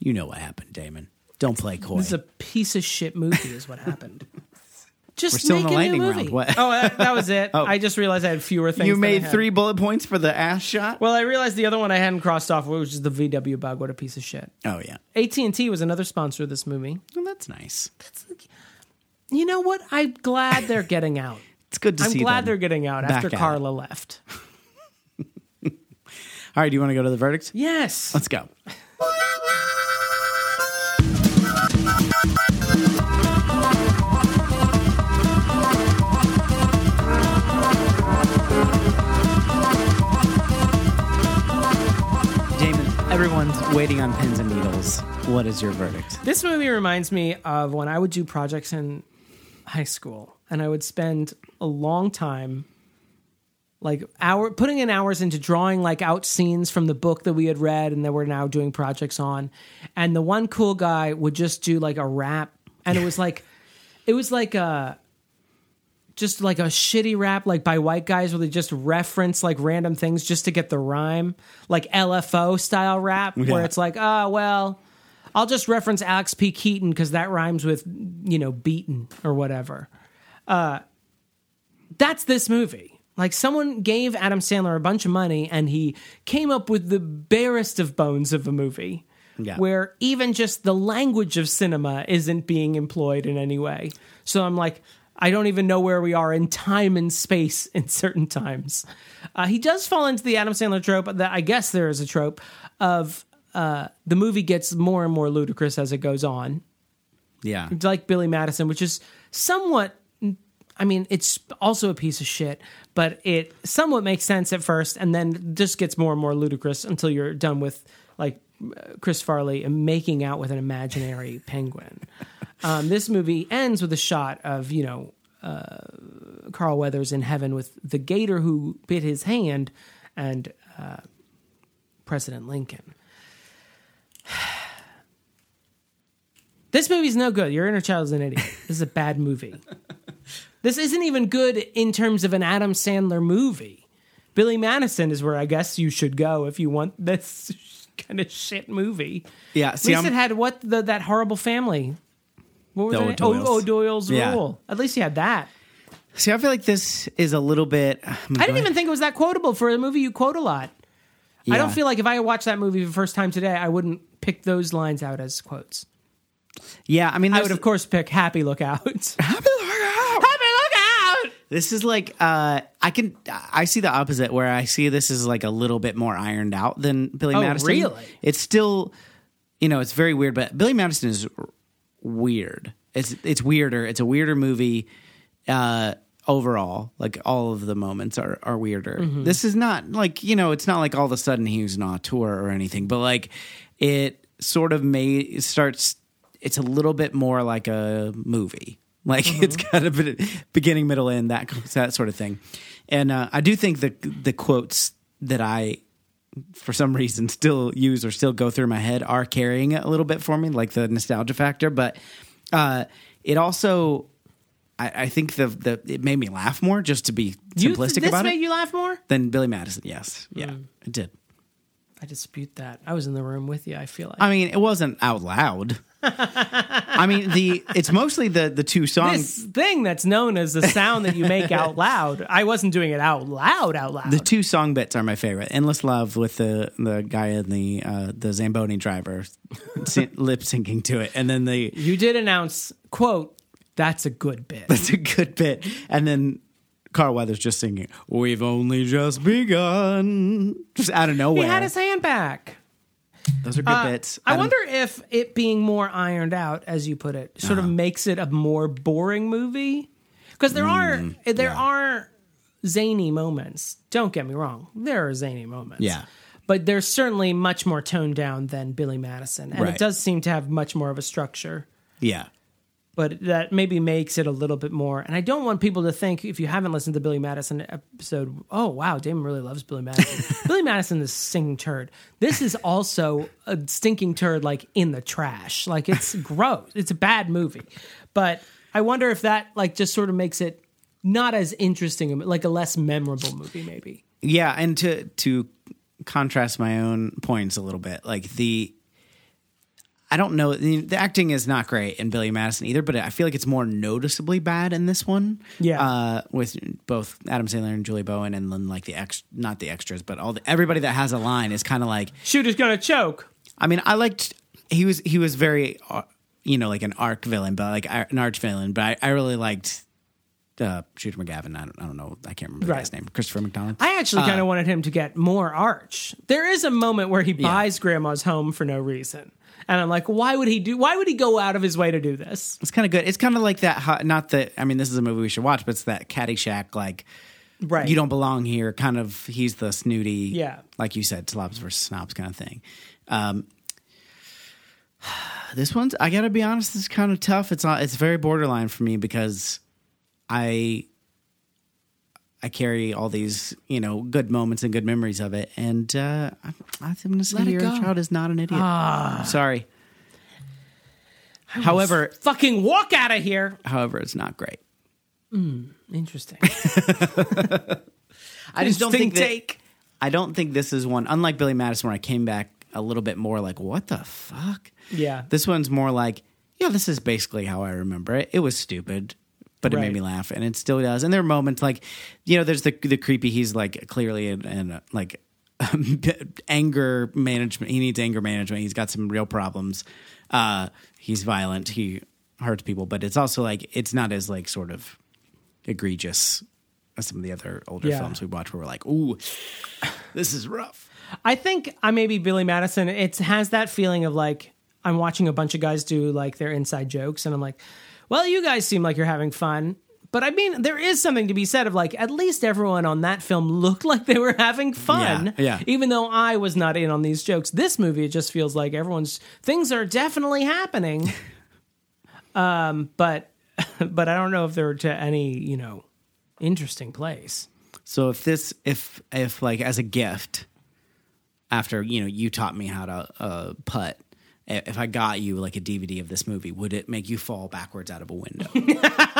[SPEAKER 1] You know what happened, Damon. Don't play coy.
[SPEAKER 2] It's a piece of shit movie, is what happened. Just
[SPEAKER 1] still in
[SPEAKER 2] make
[SPEAKER 1] the
[SPEAKER 2] a
[SPEAKER 1] lightning
[SPEAKER 2] new
[SPEAKER 1] round.
[SPEAKER 2] movie.
[SPEAKER 1] What?
[SPEAKER 2] Oh, that, that was it. I just realized I had fewer things.
[SPEAKER 1] you
[SPEAKER 2] than I
[SPEAKER 1] made
[SPEAKER 2] had.
[SPEAKER 1] three bullet points for the ass shot?
[SPEAKER 2] Well, I realized the other one I hadn't crossed off, which is the VW bug. What a piece of shit.
[SPEAKER 1] Oh, yeah.
[SPEAKER 2] AT and T was another sponsor of this movie.
[SPEAKER 1] Well, that's nice.
[SPEAKER 2] You know what? I'm glad they're getting out.
[SPEAKER 1] It's good to
[SPEAKER 2] I'm
[SPEAKER 1] see
[SPEAKER 2] glad
[SPEAKER 1] them.
[SPEAKER 2] they're getting out
[SPEAKER 1] back
[SPEAKER 2] after
[SPEAKER 1] at it.
[SPEAKER 2] Carla left.
[SPEAKER 1] All right. Do you want to go to the verdict?
[SPEAKER 2] Yes.
[SPEAKER 1] Let's go. waiting on pins and needles. What is your verdict?
[SPEAKER 2] This movie reminds me of when I would do projects in high school and I would spend a long time like hour putting in hours into drawing like out scenes from the book that we had read and that we're now doing projects on. And the one cool guy would just do like a rap and it was like it was like a just like a shitty rap like by white guys where they just reference like random things just to get the rhyme like lfo style rap where
[SPEAKER 1] Yeah.
[SPEAKER 2] it's like oh well i'll just reference alex p keaton because that rhymes with you know beaten or whatever that's this movie. Like someone gave Adam Sandler a bunch of money and he came up with the barest of bones of a movie.
[SPEAKER 1] Yeah.
[SPEAKER 2] Where even just the language of cinema isn't being employed in any way. So I'm like, I don't even know where we are in time and space in certain times. Uh, he does fall into the Adam Sandler trope that I guess there is a trope of uh, the movie gets more and more ludicrous as it goes on
[SPEAKER 1] Yeah.
[SPEAKER 2] like Billy Madison, which is somewhat. I mean, it's also a piece of shit, but it somewhat makes sense at first, and then just gets more and more ludicrous until you're done with like uh, Chris Farley and making out with an imaginary penguin. Um, this movie ends with a shot of you know uh, Carl Weathers in heaven with the gator who bit his hand and uh, President Lincoln. This movie's no good. Your inner child is an idiot. This is a bad movie. this isn't even good in terms of an Adam Sandler movie. Billy Madison is where I guess you should go if you want this kind of shit movie.
[SPEAKER 1] Yeah,
[SPEAKER 2] At
[SPEAKER 1] see,
[SPEAKER 2] least
[SPEAKER 1] I'm-
[SPEAKER 2] it had what the, that horrible family. What was
[SPEAKER 1] The
[SPEAKER 2] it?
[SPEAKER 1] O'Doyles.
[SPEAKER 2] Oh, O'Doyle's
[SPEAKER 1] Yeah.
[SPEAKER 2] rule. At least you had that.
[SPEAKER 1] See, I feel like this is a little bit.
[SPEAKER 2] I didn't even think it was that quotable for a movie you quote a lot. I don't feel like if I watched that movie for the first time today, I wouldn't pick those lines out as quotes.
[SPEAKER 1] Yeah, I mean,
[SPEAKER 2] I
[SPEAKER 1] there's-
[SPEAKER 2] would, of course, pick Happy Lookout. Happy Lookout! Happy Lookout!
[SPEAKER 1] This is like uh, I can I see the opposite where I see this is like a little bit more ironed out than Billy
[SPEAKER 2] Oh,
[SPEAKER 1] Madison.
[SPEAKER 2] really?
[SPEAKER 1] It's still you know it's very weird, but Billy Madison is r- weird. It's it's weirder. It's a weirder movie uh, overall. Like all of the moments are are weirder. This is not like you know it's not like all of a sudden he was an auteur or anything, but like it sort of made it starts. It's a little bit more like a movie. Like it's got a bit of beginning, middle, end, that that sort of thing. And uh, I do think the the quotes that I for some reason still use or still go through my head are carrying it a little bit for me, like the nostalgia factor. But uh, it also, I, I think the the it made me laugh more just to be
[SPEAKER 2] You
[SPEAKER 1] simplistic
[SPEAKER 2] this
[SPEAKER 1] about
[SPEAKER 2] made
[SPEAKER 1] it
[SPEAKER 2] you Hmm. laugh more?
[SPEAKER 1] than Billy Madison. Yes, yeah, it did.
[SPEAKER 2] I dispute that. I was in the room with you. I feel like
[SPEAKER 1] I mean, it wasn't out loud. I mean, the it's mostly the the two songs.
[SPEAKER 2] this thing that's known as the sound that you make out loud. I wasn't doing it out loud, out loud.
[SPEAKER 1] The two song bits are my favorite. "Endless Love" with the the guy in the uh, the Zamboni driver syn- lip syncing to it, and then the
[SPEAKER 2] you did announce, "quote That's a good bit."
[SPEAKER 1] That's a good bit. And then Carl Weathers just singing, We've only just begun. Just out of
[SPEAKER 2] he
[SPEAKER 1] nowhere.
[SPEAKER 2] had his hand back.
[SPEAKER 1] Those are good bits.
[SPEAKER 2] I
[SPEAKER 1] don't-
[SPEAKER 2] wonder if it being more ironed out, as you put it, sort
[SPEAKER 1] Uh-huh.
[SPEAKER 2] of makes it a more boring movie. Because there
[SPEAKER 1] Mm,
[SPEAKER 2] are eh, there are zany moments. Don't get me wrong; there are zany moments.
[SPEAKER 1] Yeah.
[SPEAKER 2] but they're certainly much more toned down than Billy Madison, and it
[SPEAKER 1] Right.
[SPEAKER 2] does seem to have much more of a structure.
[SPEAKER 1] Yeah.
[SPEAKER 2] But that maybe makes it a little bit more. And I don't want people to think if you haven't listened to Billy Madison episode, oh wow, Damon really loves Billy Madison. Billy Madison is stinking turd. This is also a stinking turd, like in the trash. Like it's gross. It's a bad movie. But I wonder if that like just sort of makes it not as interesting, like a less memorable movie, maybe.
[SPEAKER 1] Yeah. And to, to contrast my own points a little bit, like the. I don't know. The the acting is not great in Billy Madison either, but I feel like it's more noticeably bad in this one.
[SPEAKER 2] Yeah.
[SPEAKER 1] uh, with both Adam Sandler and Julie Bowen, and then like the ex, not the extras, but all the everybody that has a line is kind of like
[SPEAKER 2] Shooter's gonna choke.
[SPEAKER 1] I mean, I liked he was he was very uh, you know like an arc villain, but like ar- an arch villain. But I, I really liked uh, Shooter McGavin. I don't, I don't know. I can't remember the
[SPEAKER 2] Right.
[SPEAKER 1] guy's name. Christopher McDonald.
[SPEAKER 2] I actually
[SPEAKER 1] Uh.
[SPEAKER 2] kind of wanted him to get more arch. There is a moment where he buys grandma's home for no reason. And I'm like, why would he do why would he go out of his way to do this?
[SPEAKER 1] it's kind of good. It's kind of like that. ho- Not that I mean, this is a movie we should watch, but it's that Caddyshack like
[SPEAKER 2] Right.
[SPEAKER 1] you don't belong here. Kind of he's the snooty,
[SPEAKER 2] Yeah.
[SPEAKER 1] like you said, slobs versus snobs kind of thing. Um, This one's I gotta be honest, it's kind of tough. It's not it's very borderline for me because I I carry all these, you know, good moments and good memories of it. And uh I I'm gonna say
[SPEAKER 2] Let it
[SPEAKER 1] your
[SPEAKER 2] go. Ah.
[SPEAKER 1] child is not an idiot. Sorry. However,
[SPEAKER 2] Fucking walk out of here.
[SPEAKER 1] however, it's not great.
[SPEAKER 2] Interesting.
[SPEAKER 1] I just don't
[SPEAKER 2] Interesting
[SPEAKER 1] think that-
[SPEAKER 2] take.
[SPEAKER 1] I don't think this is one. Unlike Billy Madison, where I came back a little bit more like, "What the fuck?"
[SPEAKER 2] Yeah.
[SPEAKER 1] This one's more like, "Yeah, this is basically how I remember it. It was stupid, but it
[SPEAKER 2] Right.
[SPEAKER 1] made me laugh, and it still does." And there are moments like, you know, there's the the creepy. He's like clearly in, in uh, like anger management. He needs anger management. He's got some real problems. Uh, he's violent. He hurts people, but it's also like it's not as like sort of egregious as some of the other older
[SPEAKER 2] Yeah.
[SPEAKER 1] films we watch where we're like, ooh, this is rough.
[SPEAKER 2] I think I may be Billy Madison. It has that feeling of like I'm watching a bunch of guys do like their inside jokes, and I'm like, well, you guys seem like you're having fun. But I mean, there is something to be said of like at least everyone on that film looked like they were having fun.
[SPEAKER 1] Yeah, yeah.
[SPEAKER 2] Even though I was not in on these jokes, this movie it just feels like everyone's things are definitely happening. um, but but I don't know if they're to any you know interesting place.
[SPEAKER 1] So if this, if if like as a gift, after you know you taught me how to uh, putt, i- if I got you like a DVD of this movie, would it make you fall backwards out of a window?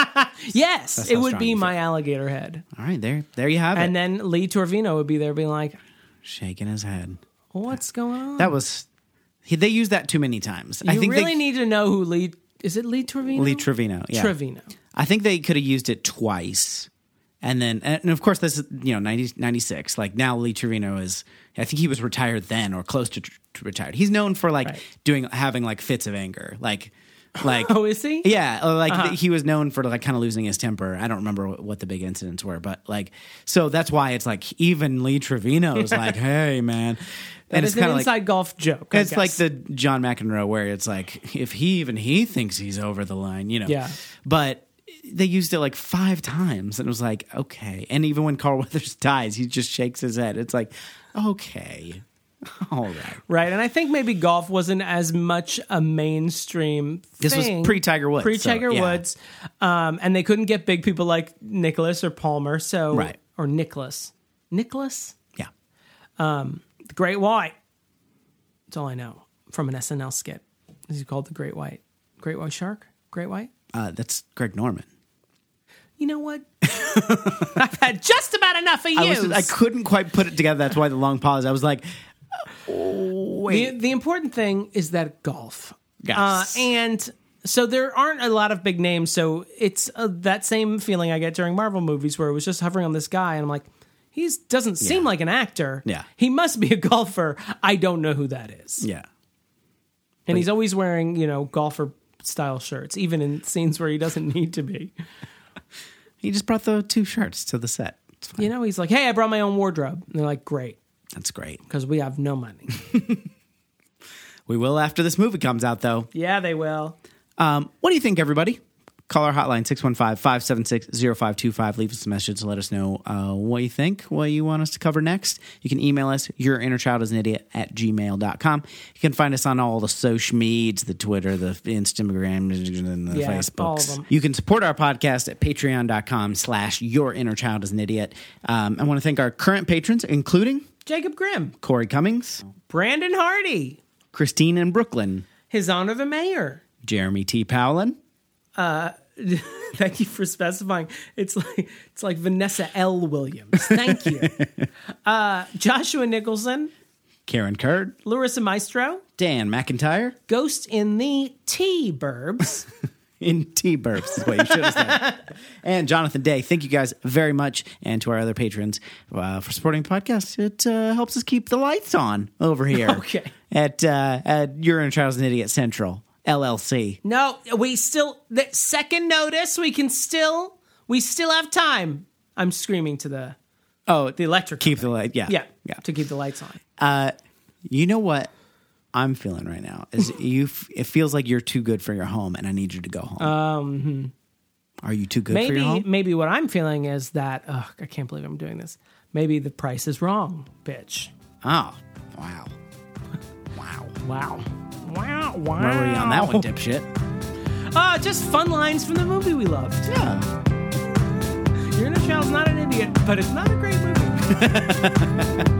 [SPEAKER 2] Yes, it
[SPEAKER 1] how
[SPEAKER 2] would
[SPEAKER 1] strong
[SPEAKER 2] be
[SPEAKER 1] you
[SPEAKER 2] my alligator head.
[SPEAKER 1] All right, there, there you have it.
[SPEAKER 2] And then Lee Torvino would be there being like,
[SPEAKER 1] Shaking his head.
[SPEAKER 2] what's going on?
[SPEAKER 1] That was. He, they used that too many times. I
[SPEAKER 2] you
[SPEAKER 1] think
[SPEAKER 2] really
[SPEAKER 1] they,
[SPEAKER 2] need to know who Lee, is it Lee Torvino?
[SPEAKER 1] Lee Trevino. Yeah.
[SPEAKER 2] Trevino.
[SPEAKER 1] I think they could have used it twice. And then, and of course, this is, you know, 90, 96. Like now, Lee Trevino is, I think he was retired then or close to, tr- to retired. He's known for like
[SPEAKER 2] Right.
[SPEAKER 1] doing, having like fits of anger. Like, like,
[SPEAKER 2] Oh, is he?
[SPEAKER 1] yeah, or, like
[SPEAKER 2] Uh-huh.
[SPEAKER 1] th- he was known for like kind of losing his temper. I don't remember what, what the big incidents were, but like, so that's why it's like even Lee Trevino's like, hey, man. and
[SPEAKER 2] It's,
[SPEAKER 1] it's
[SPEAKER 2] an
[SPEAKER 1] kind of like,
[SPEAKER 2] inside golf joke. I
[SPEAKER 1] it's like
[SPEAKER 2] guess.
[SPEAKER 1] the John McEnroe where it's like if he even he thinks he's over the line, you know.
[SPEAKER 2] Yeah.
[SPEAKER 1] But they used it like five times, and it was like okay. And even when Carl Weathers dies, he just shakes his head. It's like okay, all right.
[SPEAKER 2] Right. And I think maybe golf wasn't as much a mainstream
[SPEAKER 1] This was
[SPEAKER 2] thing.
[SPEAKER 1] pre-Tiger Woods,
[SPEAKER 2] Pre Tiger
[SPEAKER 1] so, yeah.
[SPEAKER 2] Woods. Um, and they couldn't get big people like Nicholas or Palmer. So,
[SPEAKER 1] Right.
[SPEAKER 2] or Nicholas. Nicholas?
[SPEAKER 1] Yeah,
[SPEAKER 2] The Great White. That's all I know from an SNL skit. Is he called the Great White? Great White Shark? Great White?
[SPEAKER 1] uh, that's Greg Norman.
[SPEAKER 2] You know what? I've had just about enough of you.
[SPEAKER 1] I, was I couldn't quite put it together. That's why the long pause. I was like,
[SPEAKER 2] the, the important thing is that golf.
[SPEAKER 1] Yes.
[SPEAKER 2] Uh, and so there aren't a lot of big names. So it's uh, that same feeling I get during Marvel movies where it was just hovering on this guy and I'm like, he doesn't seem
[SPEAKER 1] Yeah.
[SPEAKER 2] like an actor.
[SPEAKER 1] Yeah.
[SPEAKER 2] He must be a golfer. I don't know who that is.
[SPEAKER 1] yeah,
[SPEAKER 2] And he's always wearing, you know, golfer style shirts, even in scenes where he doesn't need to be.
[SPEAKER 1] he just brought the two shirts to the set. It's fine.
[SPEAKER 2] You know, he's like, hey, I brought my own wardrobe. And they're like, great,
[SPEAKER 1] That's great.
[SPEAKER 2] because we have no money.
[SPEAKER 1] We will after this movie comes out, though.
[SPEAKER 2] yeah, they will.
[SPEAKER 1] Um, what do you think, everybody? Call our hotline 615 576 0525. Leave us a message and let us know uh, what you think, what you want us to cover next. You can email us, your inner child is an idiot at gmail.com. You can find us on all the social medias the Twitter, the Instagram, and the
[SPEAKER 2] Yeah,
[SPEAKER 1] Facebooks.
[SPEAKER 2] all of them.
[SPEAKER 1] You can support our podcast at patreon.com slash your inner child is an idiot. Um, I want to thank our current patrons, including
[SPEAKER 2] Jacob Grimm,
[SPEAKER 1] Corey Cummings,
[SPEAKER 2] Brandon Hardy,
[SPEAKER 1] Christine in Brooklyn,
[SPEAKER 2] His Honor the Mayor.
[SPEAKER 1] Jeremy T. Powlin,
[SPEAKER 2] Thank you for specifying. It's like it's like Vanessa L. Williams. Thank you. uh, Joshua Nicholson,
[SPEAKER 1] Karen Kurd,
[SPEAKER 2] Larissa Maestro,
[SPEAKER 1] Dan McIntyre,
[SPEAKER 2] Ghost in the T Burbs.
[SPEAKER 1] in T burps is what you should have said. and Jonathan Day, thank you guys very much, and to our other patrons uh, for supporting the podcast. It uh, helps us keep the lights on over here.
[SPEAKER 2] Okay.
[SPEAKER 1] At uh, at You're in Trials and Idiot Central LLC.
[SPEAKER 2] No, we still the second notice. We can still we still have time. I'm screaming to the
[SPEAKER 1] Oh,
[SPEAKER 2] the electric.
[SPEAKER 1] keep the light. Yeah,
[SPEAKER 2] yeah,
[SPEAKER 1] yeah.
[SPEAKER 2] to keep the lights on.
[SPEAKER 1] You know what I'm feeling right now is you. F- it feels like you're too good for your home, and I need you to go home. Um, are you too good for your
[SPEAKER 2] Maybe
[SPEAKER 1] home?
[SPEAKER 2] maybe what I'm feeling is that ugh, I can't believe I'm doing this. Maybe the price is wrong, bitch.
[SPEAKER 1] Oh, wow, wow.
[SPEAKER 2] Wow. Wow, wow.
[SPEAKER 1] Where were you on that one, dipshit?
[SPEAKER 2] Ah, just fun lines from the movie we loved.
[SPEAKER 1] Yeah.
[SPEAKER 2] Your inner child's not an idiot, but it's not a great movie.